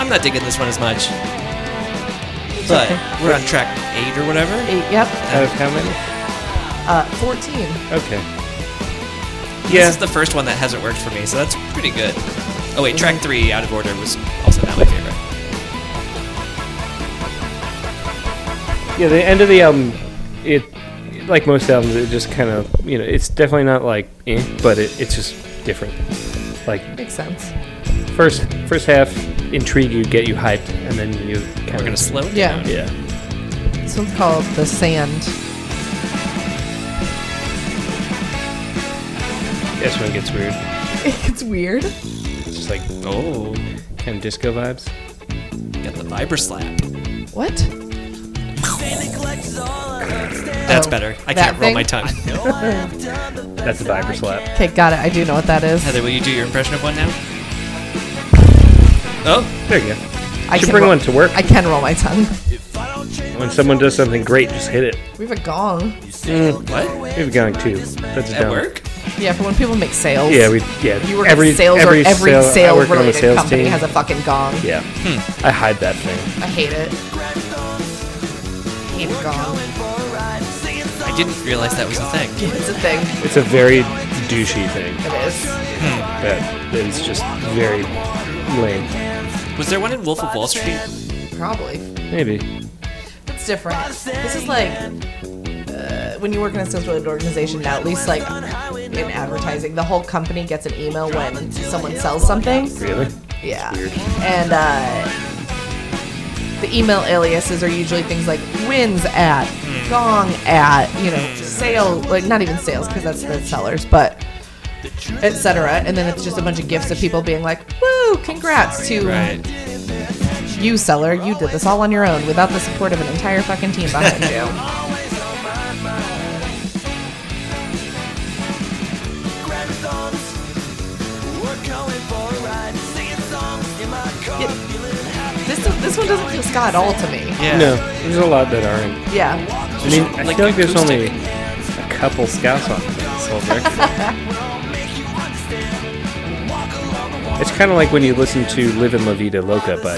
A: I'm not digging this one as much. But we're on track eight or whatever.
B: Eight, yep.
C: Out of how many?
B: Uh, 14.
C: Okay.
A: This is the first one that hasn't worked for me, so that's pretty good. Oh wait, track three out of order was also not my favorite.
C: Yeah, the end of the album, it like most albums, it just kind of you know, it's definitely not like, eh, but it, it's just different. Like
B: Makes sense.
C: first first half intrigue you, get you hyped, and then you kind
A: We're gonna
C: of
A: slow it
B: Yeah.
A: down.
C: Yeah,
B: This one's called The Sand.
C: this one gets weird.
B: *laughs* It's weird.
C: It's just like
A: Oh.
C: Kind of disco vibes.
A: Got the viber slap.
B: What?
A: That's
B: Oh,
A: better. I
B: that
A: can't roll
B: thing?
A: my tongue.
C: That's a viper slap.
B: Okay, got it. I do know what that is.
A: *laughs* Heather, will you do your impression of one now? Oh,
C: There you go.
B: I
C: should bring
B: roll-
C: one to work.
B: I can roll my tongue. *laughs*
C: When someone does something great, just hit it.
B: We have a gong.
A: what?
C: We've gone too. That's a
A: At
C: Mm. dumb.
A: work?
B: Yeah, for when people make sales.
C: Yeah, we yeah.
B: You work in sales or every
C: sale- I
B: sales
C: work on a
B: related
C: sales
B: company
C: team.
B: has a fucking gong.
C: yeah.
A: Hmm.
C: I hide that thing.
B: I hate it. hate a gong.
A: I didn't realize that was a thing.
B: It's a thing.
C: It's a very douchey thing.
B: It is.
C: That that is just very lame.
A: Was there one in Wolf of Wall Street?
B: Probably.
C: Maybe.
B: It's different. This is like uh, when you work in a sales related organization now, at least like in advertising, the whole company gets an email when someone sells something.
C: Really?
B: Yeah.
C: Weird.
B: And uh, the email aliases are usually things like wins at, gong at, you know, sale, like not even sales because that's the sellers, but etc. And then it's just a bunch of gifts of people being like, woo, congrats to
A: Right.
B: you, seller. You did this all on your own without the support of an entire fucking team behind you. Yeah. This, this one doesn't feel ska at all to me.
A: Yeah.
C: No, there's a lot that aren't.
B: Yeah.
C: I mean, I
A: Like
C: feel like there's only
A: acoustic.
C: a couple scouts on this whole record. It's kind of like when you listen to "Live in La Vida Loca" by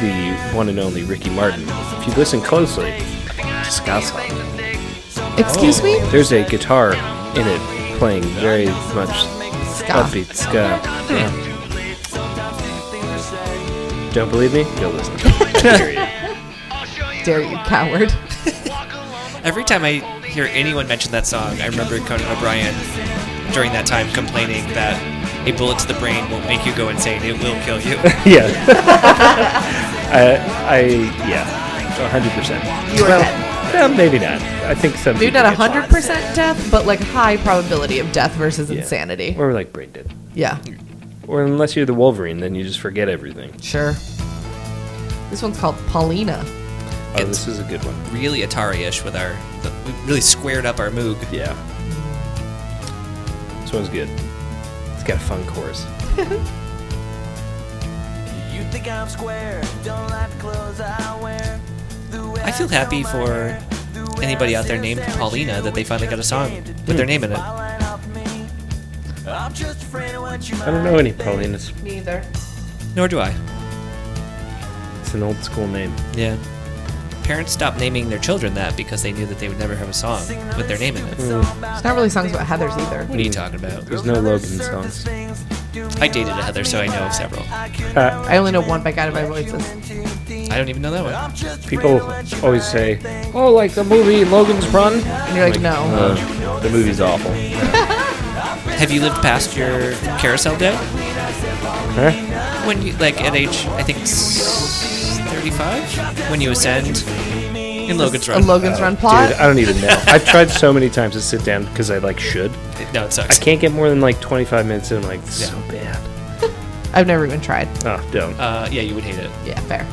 C: the one and only Ricky Martin. If you listen closely, it's a ska song.
B: Excuse me?
C: There's a guitar in it playing very much
B: Ska.
C: upbeat ska. Yeah. Don't believe me? Go listen. Period.
B: Dare you, coward.
A: Every time I hear anyone mention that song, I remember Conan O'Brien during that time complaining that a bullet to the brain won't make you go insane. It will kill you.
C: yeah. *laughs* I, I yeah, a hundred percent.
B: You are
C: well,
B: dead.
C: well, maybe not. I think some.
B: Maybe
C: people
B: not
C: get-
B: 100% death, but like high probability of death versus
C: yeah.
B: insanity.
C: Or like Brain did.
B: Yeah.
C: Or unless you're the Wolverine, then you just forget everything.
B: Sure. This one's called Paulina.
C: Oh,
A: It's-
C: this is a good one.
A: *laughs* really Atari-ish with our, the, we really squared up our Moog.
C: Yeah. This one's good. It's got a fun chorus.
D: You think I'm square, don't like the clothes I wear.
A: I feel happy for anybody out there named Paulina that they finally got a song with their name in it.
D: I'm just afraid of what you
C: I don't know any Paulinas.
B: Neither.
A: Nor do I.
C: It's an old school name.
A: Yeah. Parents stopped naming their children that because they knew that they would never have a song with their name in it.
B: It's not really songs about Heathers either.
A: What are you talking about?
C: Hmm. There's no Logan songs.
A: I dated a Heather, so I know of several.
C: Uh,
B: I only know one by Guided by Voices.
A: I don't even know that one.
C: people always say, "Oh, like the movie Logan's Run."
B: And you're like, no.
C: Uh, the movie's awful.
A: Have you lived past your carousel day?
C: Huh?
A: When you, like, at age, I think, s- 35? When you ascend in Logan's
B: A
A: Run.
B: Logan's Run plot?
C: Dude, I don't even know. I've tried so many times to sit down because I like should.
A: no, it
C: I
A: sucks.
C: can't get more than like 25 minutes in. Like so bad.
B: I've never even tried.
C: Oh, don't.
A: Uh, yeah, you would hate it.
B: Yeah, fair.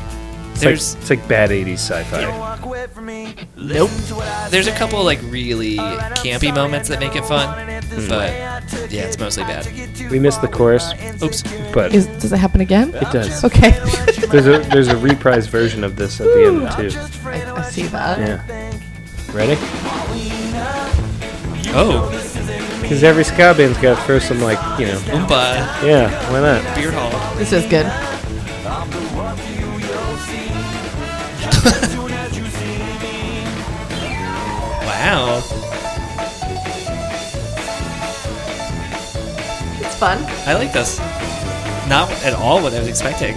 C: it's, like,
A: There's
C: it's like bad 80s sci-fi.
D: walk away from me.
A: nope. There's a couple like really campy moments that make it fun,
C: Hmm.
A: but yeah, it's mostly bad.
C: We missed the chorus,
A: Oops.
C: but
B: Is, does it happen again?
C: it does.
B: *laughs* Okay.
C: There's a there's a reprise version of this at the end too.
B: I, I see that.
C: Yeah. Ready?
A: Oh,
C: Because every ska band's got to throw some like you know.
A: Oompa
C: Yeah. Why not?
A: Beer Hall.
B: This is good.
A: Wow.
B: It's fun.
A: I like this. Not at all what I was expecting.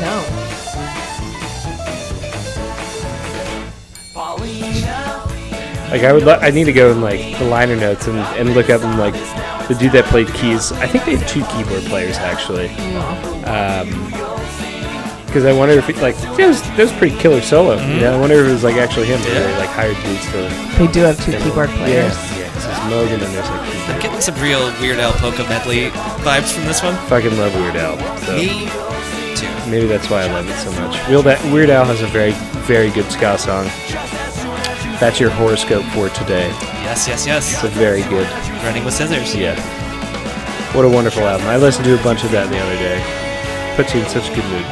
B: No.
C: Like I would, lo- I need to go in like the liner notes and, and look up and like the dude that played keys. I think they had two keyboard players actually. Um, because I wonder if it, like that was, that was pretty killer solo. You know, I wonder if it was like actually him.
A: Yeah.
C: Yeah. They, like hired dudes to.
B: They do have two keyboard players.
C: Yeah, yeah. So it's Logan and there's like keyboard.
A: I'm getting some real Weird Al polka medley vibes from this one.
C: fucking love Weird Al. So
A: Me too.
C: maybe that's why I love it so much. Real that Weird Al has a very very good ska song. That's your horoscope for today.
A: Yes, yes, yes.
C: It's a very good.
A: Running with scissors.
C: Yeah. What a wonderful album. I listened to a bunch of that the other day. Puts you in such a good mood.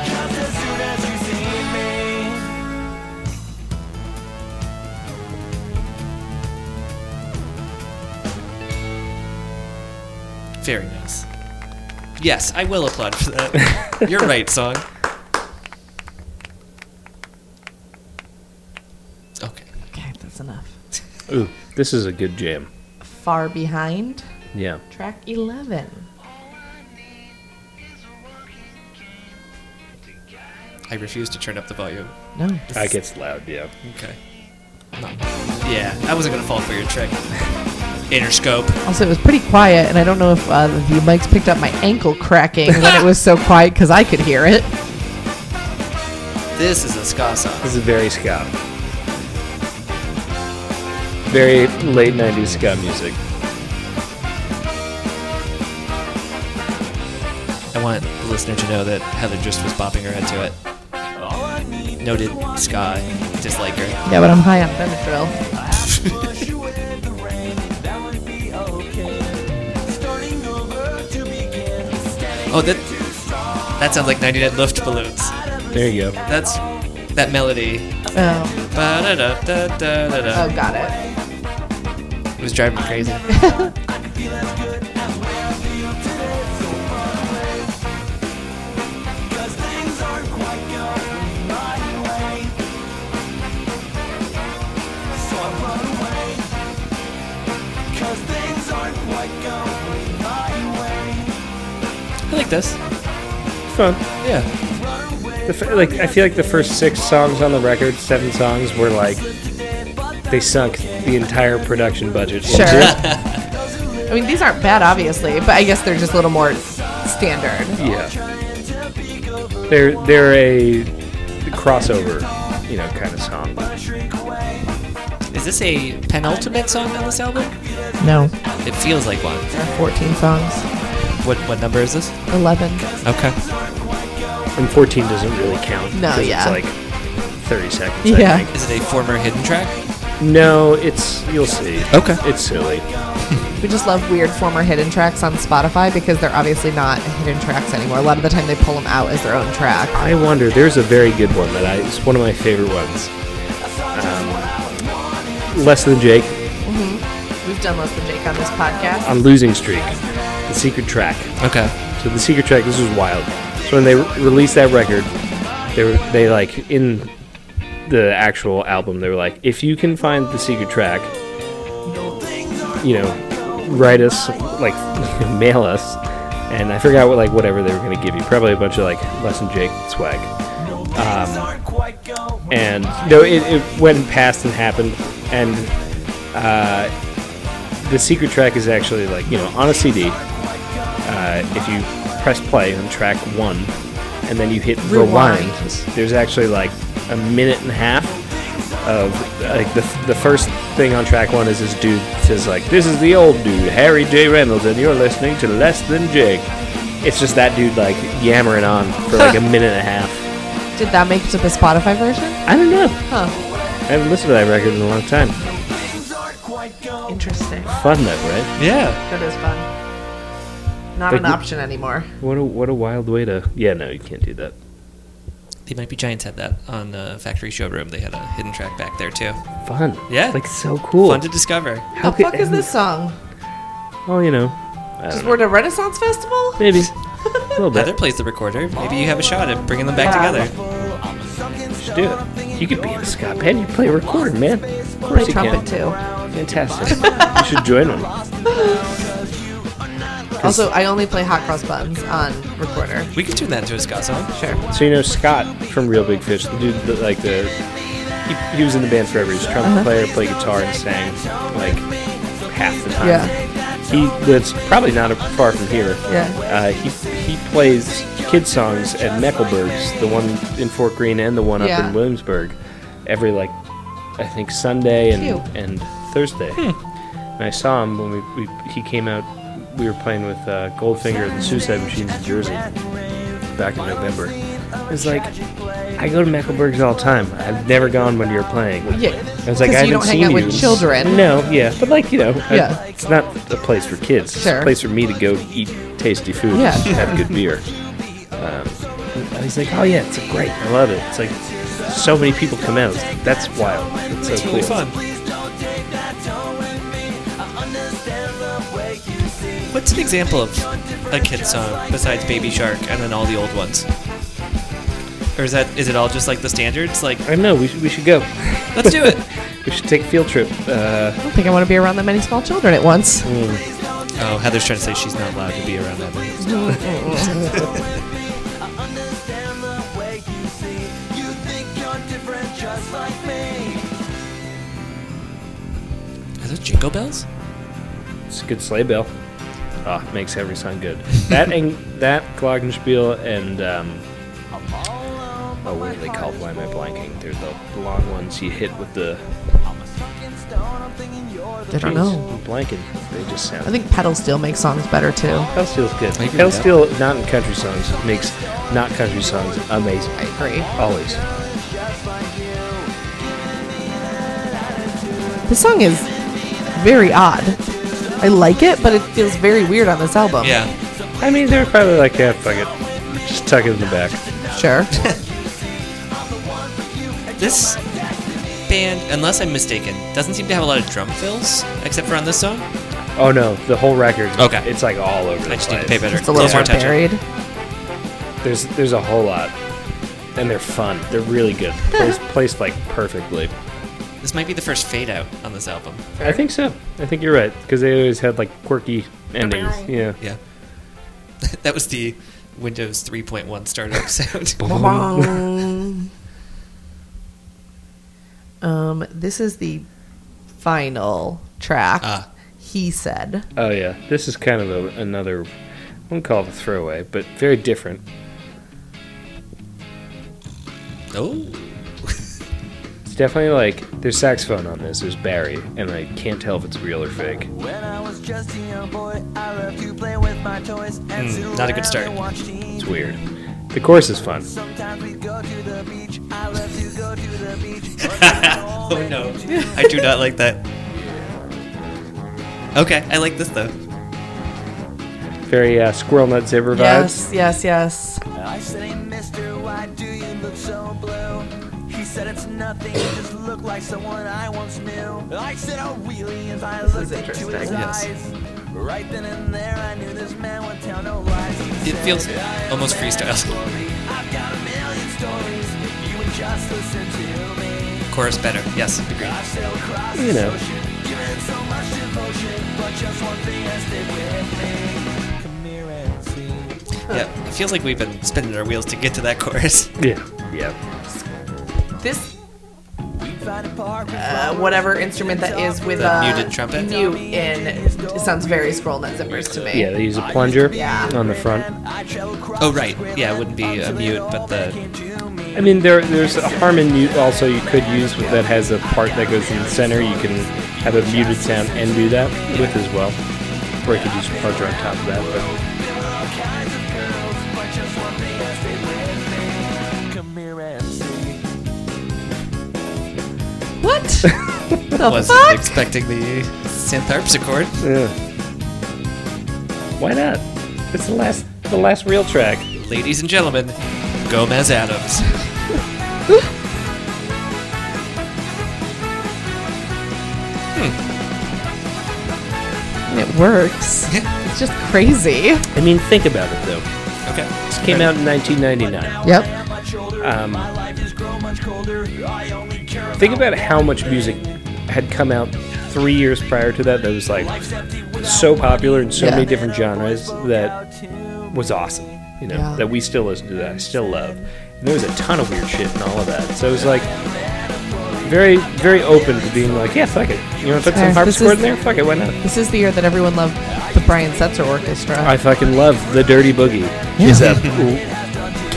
A: Very nice. Yes, I will applaud for that. *laughs* You're right, song. Okay.
B: Okay, that's enough.
C: Ooh, this is a good jam.
B: Far behind,
C: Yeah.
B: track 11.
A: I refuse to turn up the volume.
B: No.
C: It gets loud, yeah.
A: Okay. No. Yeah, I wasn't gonna fall for your trick. Interscope.
B: Also, it was pretty quiet, and I don't know if uh, the mics picked up my ankle cracking when it was so quiet because I could hear it.
A: This is a ska song.
C: This is very ska. Very late 90s ska music.
A: I want the listener to know that Heather just was bopping her head to it. Noted ska disliker.
B: Yeah, but I'm high on Benadryl.
A: Oh, that that sounds like 99 Luft balloons.
C: There you go.
A: That's that melody.
B: Oh,
A: Ba-da-da-da-da-da-da.
B: oh got it.
A: Oh, It was driving me crazy. I like this.
C: It's fun.
A: Yeah.
C: The f- like, I feel like the first six songs on the record, seven songs, were like they sunk the entire production budget.
B: Sure.
C: into it.
B: I mean, these aren't bad, obviously, but I guess they're just a little more standard.
C: Yeah. They're they're a crossover, you know, kind of song.
A: Is this a penultimate song on this album?
B: No,
A: It feels like one.
B: there are 14 songs.
A: What what number is this?
B: 11.
A: Okay.
C: And 14 doesn't really count.
B: No,
C: 'cause
B: yeah.
C: It's like 30 seconds.
B: Yeah.
C: I think.
A: Is it a former hidden track?
C: No, it's you'll see.
A: Okay.
C: It's silly.
B: We just love weird former hidden tracks on Spotify because they're obviously not hidden tracks anymore. A lot of the time they pull them out as their own track.
C: I wonder. There's a very good one that I. It's one of my favorite ones. Um, Less than Jake
B: We've done less than Jake on this podcast.
C: on losing streak. The secret track.
A: Okay.
C: So the secret track. This was wild. So when they re- released that record, they were they like in the actual album. They were like, if you can find the secret track, you know, write us like *laughs* mail us. And I forgot what like whatever they were gonna give you. Probably a bunch of like less than Jake swag.
A: Um, eh.
C: and no, it, it went past and happened, and uh, the secret track is actually like you know on a CD. Uh, if you press play on track one, and then you hit rewind,
B: Rewind.
C: there's actually like a minute and a half of like the, the first thing on track one is this dude says like this is the old dude Harry J Reynolds and you're listening to Less Than Jake. It's just that dude like yammering on for like a minute and a half.
B: Did that make it to the Spotify version?
C: I don't know.
B: Huh.
C: I haven't listened to that record in a long time.
B: Interesting.
C: Fun though, right?
A: Yeah.
B: That is fun. Not
C: Like
B: an
C: the-
B: option anymore.
C: What a what a wild way to. Yeah, no, you can't do that.
A: They might be giants had that on uh, Factory Showroom. They had a hidden track back there too.
C: Fun.
A: Yeah.
C: Like so cool.
A: Fun to discover.
B: How the
C: could-
B: fuck is this song?
C: Well, you know, I
B: Because
C: don't
B: we're
C: know.
B: at a Renaissance festival?
C: maybe a little
A: Heather
C: bit.
A: plays the recorder. Maybe you have a shot at bringing them back
B: Yeah.
A: together.
C: Should do it. You could be in a ska band. You play a recorder, man. Of course
B: Play
C: you
B: trumpet
C: can.
B: too.
C: Fantastic. you should join one.
B: Also, I only play hot cross buns on recorder.
A: We could turn that into a ska song.
B: Sure.
C: So you know Scott from Real Big Fish, the dude that like the he, he was in the band forever. He was a trumpet player, played guitar, and sang like half the time.
B: Yeah.
C: He that's probably not far from here.
B: Yeah.
C: Uh, he he plays kids songs at Meckelberg's, the one in Fort Greene and the one up
B: Yeah.
C: in Williamsburg, every like I think Sunday
B: Cute.
C: and, and Thursday. And I saw him when we, we he came out. We were playing with uh, Goldfinger and the Suicide Machines in Jersey back in November. It was like I go to Meckelberg's all the time. I've never gone when you're playing.
B: Yeah.
C: I was like,
B: 'Cause
C: I haven't
B: you don't hang
C: seen
B: out
C: you.
B: with children.
C: No, yeah, but like you know, I-
B: Yeah.
C: it's not a place for kids. It's
B: Sure.
C: a place for me to go eat tasty food
B: Yeah.
C: and have good beer. Um, and he's like, oh yeah, it's great. I love it. It's like so many people come out. That's wild. It's so
A: It's really
C: cool.
A: fun. What's an example of a kid song besides Baby Shark and then all the old ones? Or is that is it all just like the standards? Like,
C: I know. We should, we should go.
A: let's
C: *laughs*
A: do it.
C: We should take a field trip. Uh,
B: I don't think I want to be around that many small children at once.
C: Mm.
A: Oh, Heather's trying to say she's not allowed to be around that many.
D: understand the way you see. You think you're different just like me.
A: Are those jingle bells?
C: it's a good sleigh bell. Ah, makes every song good. That and *laughs* that Glockenspiel and um, oh, what are they called? Why am I blanking? They're the, the long ones you hit with the.
B: I don't know.
C: I'm blanking. They just sound.
B: I think pedal steel makes songs better too.
C: Pedal Steel's good.
A: I agree
C: Pedal
A: with that.
C: Steel, not in country songs, makes not country songs amazing.
B: I agree.
C: Always.
B: This song is very odd. I like it, but it feels very weird on this album.
A: Yeah.
C: I mean, they're probably like, yeah, fuck it. Just tuck it in the back.
B: *laughs* Sure.
A: This band, unless I'm mistaken, doesn't seem to have a lot of drum fills, except for on this song.
C: Oh no, the whole record.
A: Okay.
C: It's like all over the
A: I just need
C: place.
A: to pay better.
B: it's a little
A: closer
B: more
A: attention.
B: buried.
C: There's there's a whole lot, and they're fun. They're
B: *laughs*
C: really good. Placed, placed like perfectly.
A: This might be the first fade out on this album.
C: I think so. I think you're right because they always had like quirky endings. Yeah.
A: Yeah. *laughs* that was the Windows 3.1 startup *laughs* sound.
B: um, this is the final track.
A: Ah.
B: He said.
C: Oh yeah. This is kind of a, another. I wouldn't call it a throwaway, but very different.
B: *laughs*
A: oh. *laughs*
C: It's definitely like there's saxophone on this. There's Barry, and I can't tell if it's real or fake.
D: When I was just a young boy, I loved to play with my toys and
A: Hmm,
D: sit
A: not a
D: around
A: good start.
D: and watch TV.
C: It's weird. The chorus is fun.
D: Sometimes we go to the beach. I love to go to the
A: *laughs*
D: beach.
A: oh no. I do not like that. Okay, I like this though.
C: Very uh, squirrel nut zipper vibes.
B: Yes, yes, yes.
D: I said, hey, mister, why do you look so blue? He said, it's nothing, you just look like someone I once knew. I said, oh, really? As I looked into his
A: Yes.
D: eyes. Right then and there, I knew this man would tell no lies. He
A: It feels
D: said, "I
A: almost
D: am a
A: freestyle. *laughs*
D: story. I've got a million stories. If you would just listen to me.
A: Chorus better. Yes, agreed.
D: I've sailed across
C: You know.
D: this ocean, given so much devotion, but just one thing has stayed with me. Come here and see.
A: Yeah, it feels like we've been spinning our wheels to get to that chorus. *laughs*
C: Yeah. Yeah.
B: This
D: Find a park.
A: Ah,
B: uh, whatever instrument that is with
A: The
B: a
A: muted trumpet?
B: mute in it sounds very scroll nut zippers to me.
C: Yeah. They use a plunger
B: Yeah.
C: on the front.
A: Oh, right. Yeah, it wouldn't be a mute, but the-
C: I mean, there there's a harmon mute also you could use with- that has a part that goes in the center. You can have a muted sound and do that with as well, or you could use a plunger on top of that.
B: *laughs* What? the
A: Wasn't
B: fuck?
A: expecting the synth harpsichord.
C: But yeah. why not? It's the last the last real track.
A: Ladies and gentlemen, Gomez *laughs* Adams.
B: It works. it's just crazy.
C: I mean, think about it though.
A: Okay.
C: This came out in 1999.
B: Yep.
C: Um, think about how much music had come out three years prior to that that was like so popular in so
B: Yeah.
C: many different genres that was awesome. You know,
B: Yeah.
C: that we still listen to that I still love. And there was a ton of weird shit and all of that. So it was like very, very open to being like, yeah, fuck it. You want to put some
B: Alright, this
C: harpsichord
B: is-
C: in there? Fuck it, why not?
B: This is the year that everyone loved the Brian Setzer Orchestra.
C: I fucking love the Dirty Boogie. Is a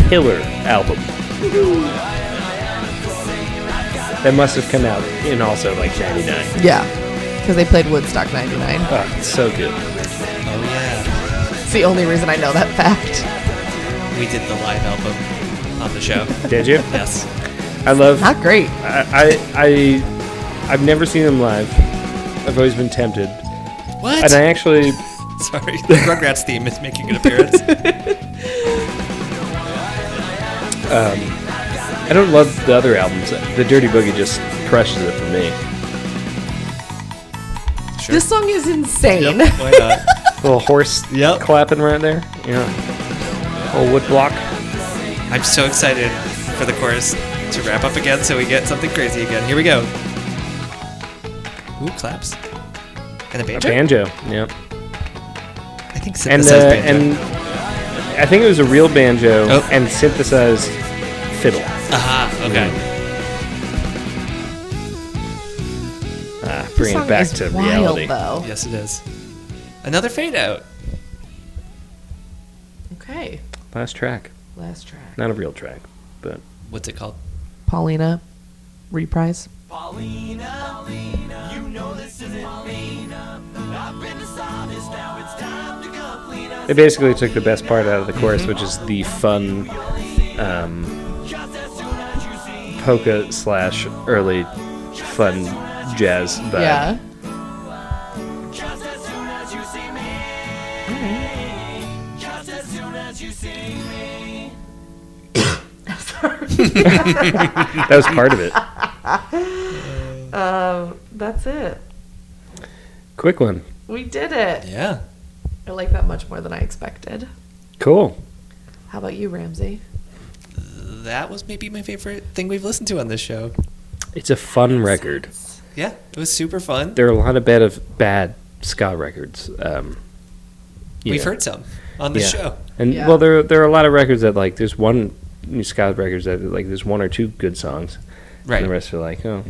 C: killer album. That must have come out in also like 99.
B: Yeah. Because they played Woodstock 99.
A: Ah,
C: Oh, it's so good.
A: Oh yeah,
B: It's the only reason I know that fact.
A: we did the live album on the show.
C: Did you?
A: yes.
C: I love
B: Not great.
C: I, I, I, I've never seen them live. I've always been tempted,
A: What?
C: and I actually,
A: Sorry, the *laughs* Rugrats theme is making an
C: *laughs*
A: appearance.
C: I don't love the other albums. The Dirty Boogie just crushes it for me.
A: Sure.
B: This song is insane. *laughs*
A: Yep, why not?
C: Little horse
A: Yep.
C: clapping right there. Yeah. Old wood block.
A: I'm so excited for the chorus to wrap up again so we get something crazy again. Here we go. Ooh, claps. And a
C: A
A: banjo?
C: banjo. Yeah.
A: I think
C: And
A: synthesized
C: uh,
A: banjo.
C: and I think it was a real banjo
A: Oh.
C: and synthesized fiddle. Mm.
A: Aha, okay.
C: Ah,
B: This
C: bringing
B: song
C: it back
B: is
C: to
B: wild,
C: reality.
B: though.
A: Yes, it is. Another fade out.
B: Okay.
C: Last track.
B: Last track.
C: Not a real track, but
A: What's it called?
B: Paulina reprise.
D: Paulina, you know this isn't me. I've been dishonest, now it's time to come clean up.
C: they basically took the best part out of the chorus, which is the fun um,
D: Just as soon as you see
C: polka slash early fun jazz vibe.
B: Yeah.
D: Just as soon as you see me. Just as soon as you see me.
C: That was part of it.
B: That's it.
C: Quick one.
B: We did it.
A: Yeah.
B: I like that much more than I expected.
C: Cool.
B: How about you, Ramsey?
A: That was maybe my favorite thing we've listened to on this show.
C: It's a fun record.
A: Yeah, it was super fun.
C: There are a lot of bad of bad ska records. Um, you
A: We've
C: know.
A: heard some on the
C: Yeah.
A: show.
C: And
B: Yeah.
C: well, there there are a lot of records that like there's one new ska records that like there's one or two good songs,
A: Right.
C: and the rest are like oh,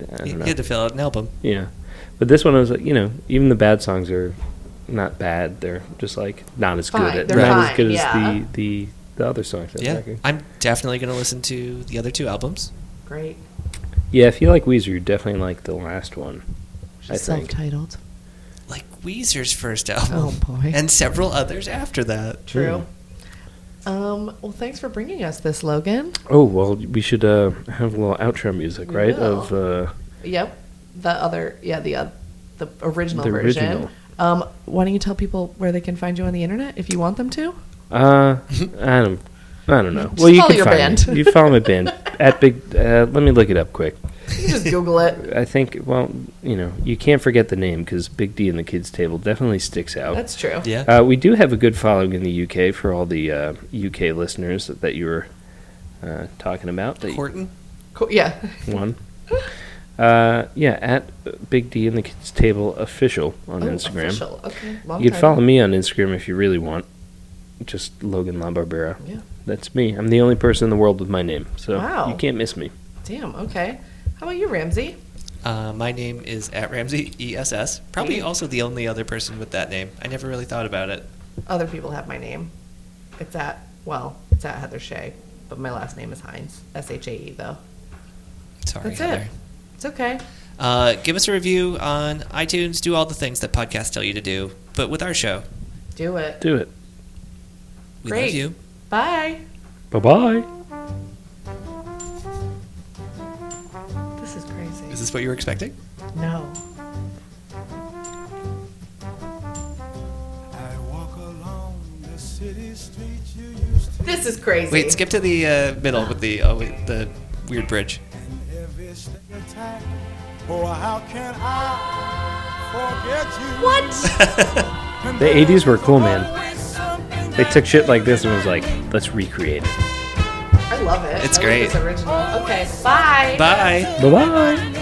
C: I don't
A: You
C: know,
A: had to fill out an album.
C: yeah. But this one I was like, you know, even the bad songs are not bad. They're just like not as
B: Fine,
C: good. At,
B: they're
C: not
B: fine,
C: as good
B: yeah.
C: as the the the other songs. on the
A: Yeah.
C: record.
A: I'm definitely going to listen to the other two albums.
B: Great.
C: Yeah, if you like Weezer, you definitely like the last one. I think.
B: Self-titled.
A: Like Weezer's first album.
B: Oh boy.
A: And several others after that.
B: True. Um, well, thanks for bringing us this, Logan.
C: Oh well, we should uh, have a little outro music,
B: We
C: right?
B: will.
C: Of uh,
B: Yep. The other, yeah, the uh, the original
C: The
B: version.
C: original.
B: Um, why don't you tell people where they can find you on the internet if you want them to?
C: uh, I don't, I don't know.
B: Just
C: well, you
B: follow
C: can
B: your
C: find
B: band.
C: me. you follow
B: *laughs*
C: my band at big. Uh, let me look it up quick.
B: You just Google
C: *laughs*
B: it.
C: I think. Well, you know, you can't forget the name because Big D and the Kids Table definitely sticks out.
B: That's true.
A: Yeah.
C: Uh, we do have a good following in the UK for all the uh, UK listeners that, that you were uh, talking about. That you-
A: Horton.
B: Cool. Yeah.
C: one. Uh, yeah, at Big D and the Kids Table official on
B: Oh,
C: Instagram.
B: official. Okay. Long
C: You
B: time.
C: can follow me on Instagram if you really want. Just Logan LaBarbera.
B: Yeah.
C: That's me. I'm the only person in the world with my name, so
B: Wow.
C: you can't miss me.
B: Damn. Okay. How about you, Ramsey?
A: Uh, my name is at Ramsey ESS. Probably also the only other person with that name. I never really thought about it.
B: Other people have my name. It's at well, it's at Heather Shea, but my last name is Hines. S H A E though.
A: Sorry,
B: That's
A: Heather.
B: it. It's okay.
A: Uh, give us a review on iTunes. Do all the things that podcasts tell you to do, but with our show.
B: Do it.
C: Do it.
A: We
B: Great.
A: love you.
B: Bye.
C: Bye bye.
B: This is crazy.
A: Is this what you were expecting?
B: No.
D: I walk along the city streets you used to
B: This is crazy.
A: Wait, skip to the uh, middle with the oh, wait, the weird bridge.
D: every attack. Oh, how can I forget you?
B: What?
D: *laughs*
C: The 80s were cool, man. They took shit like this and was like, let's recreate it.
B: I love it.
A: It's
B: I love
A: great.
B: this original. Okay. Bye.
A: Bye.
C: Bye bye.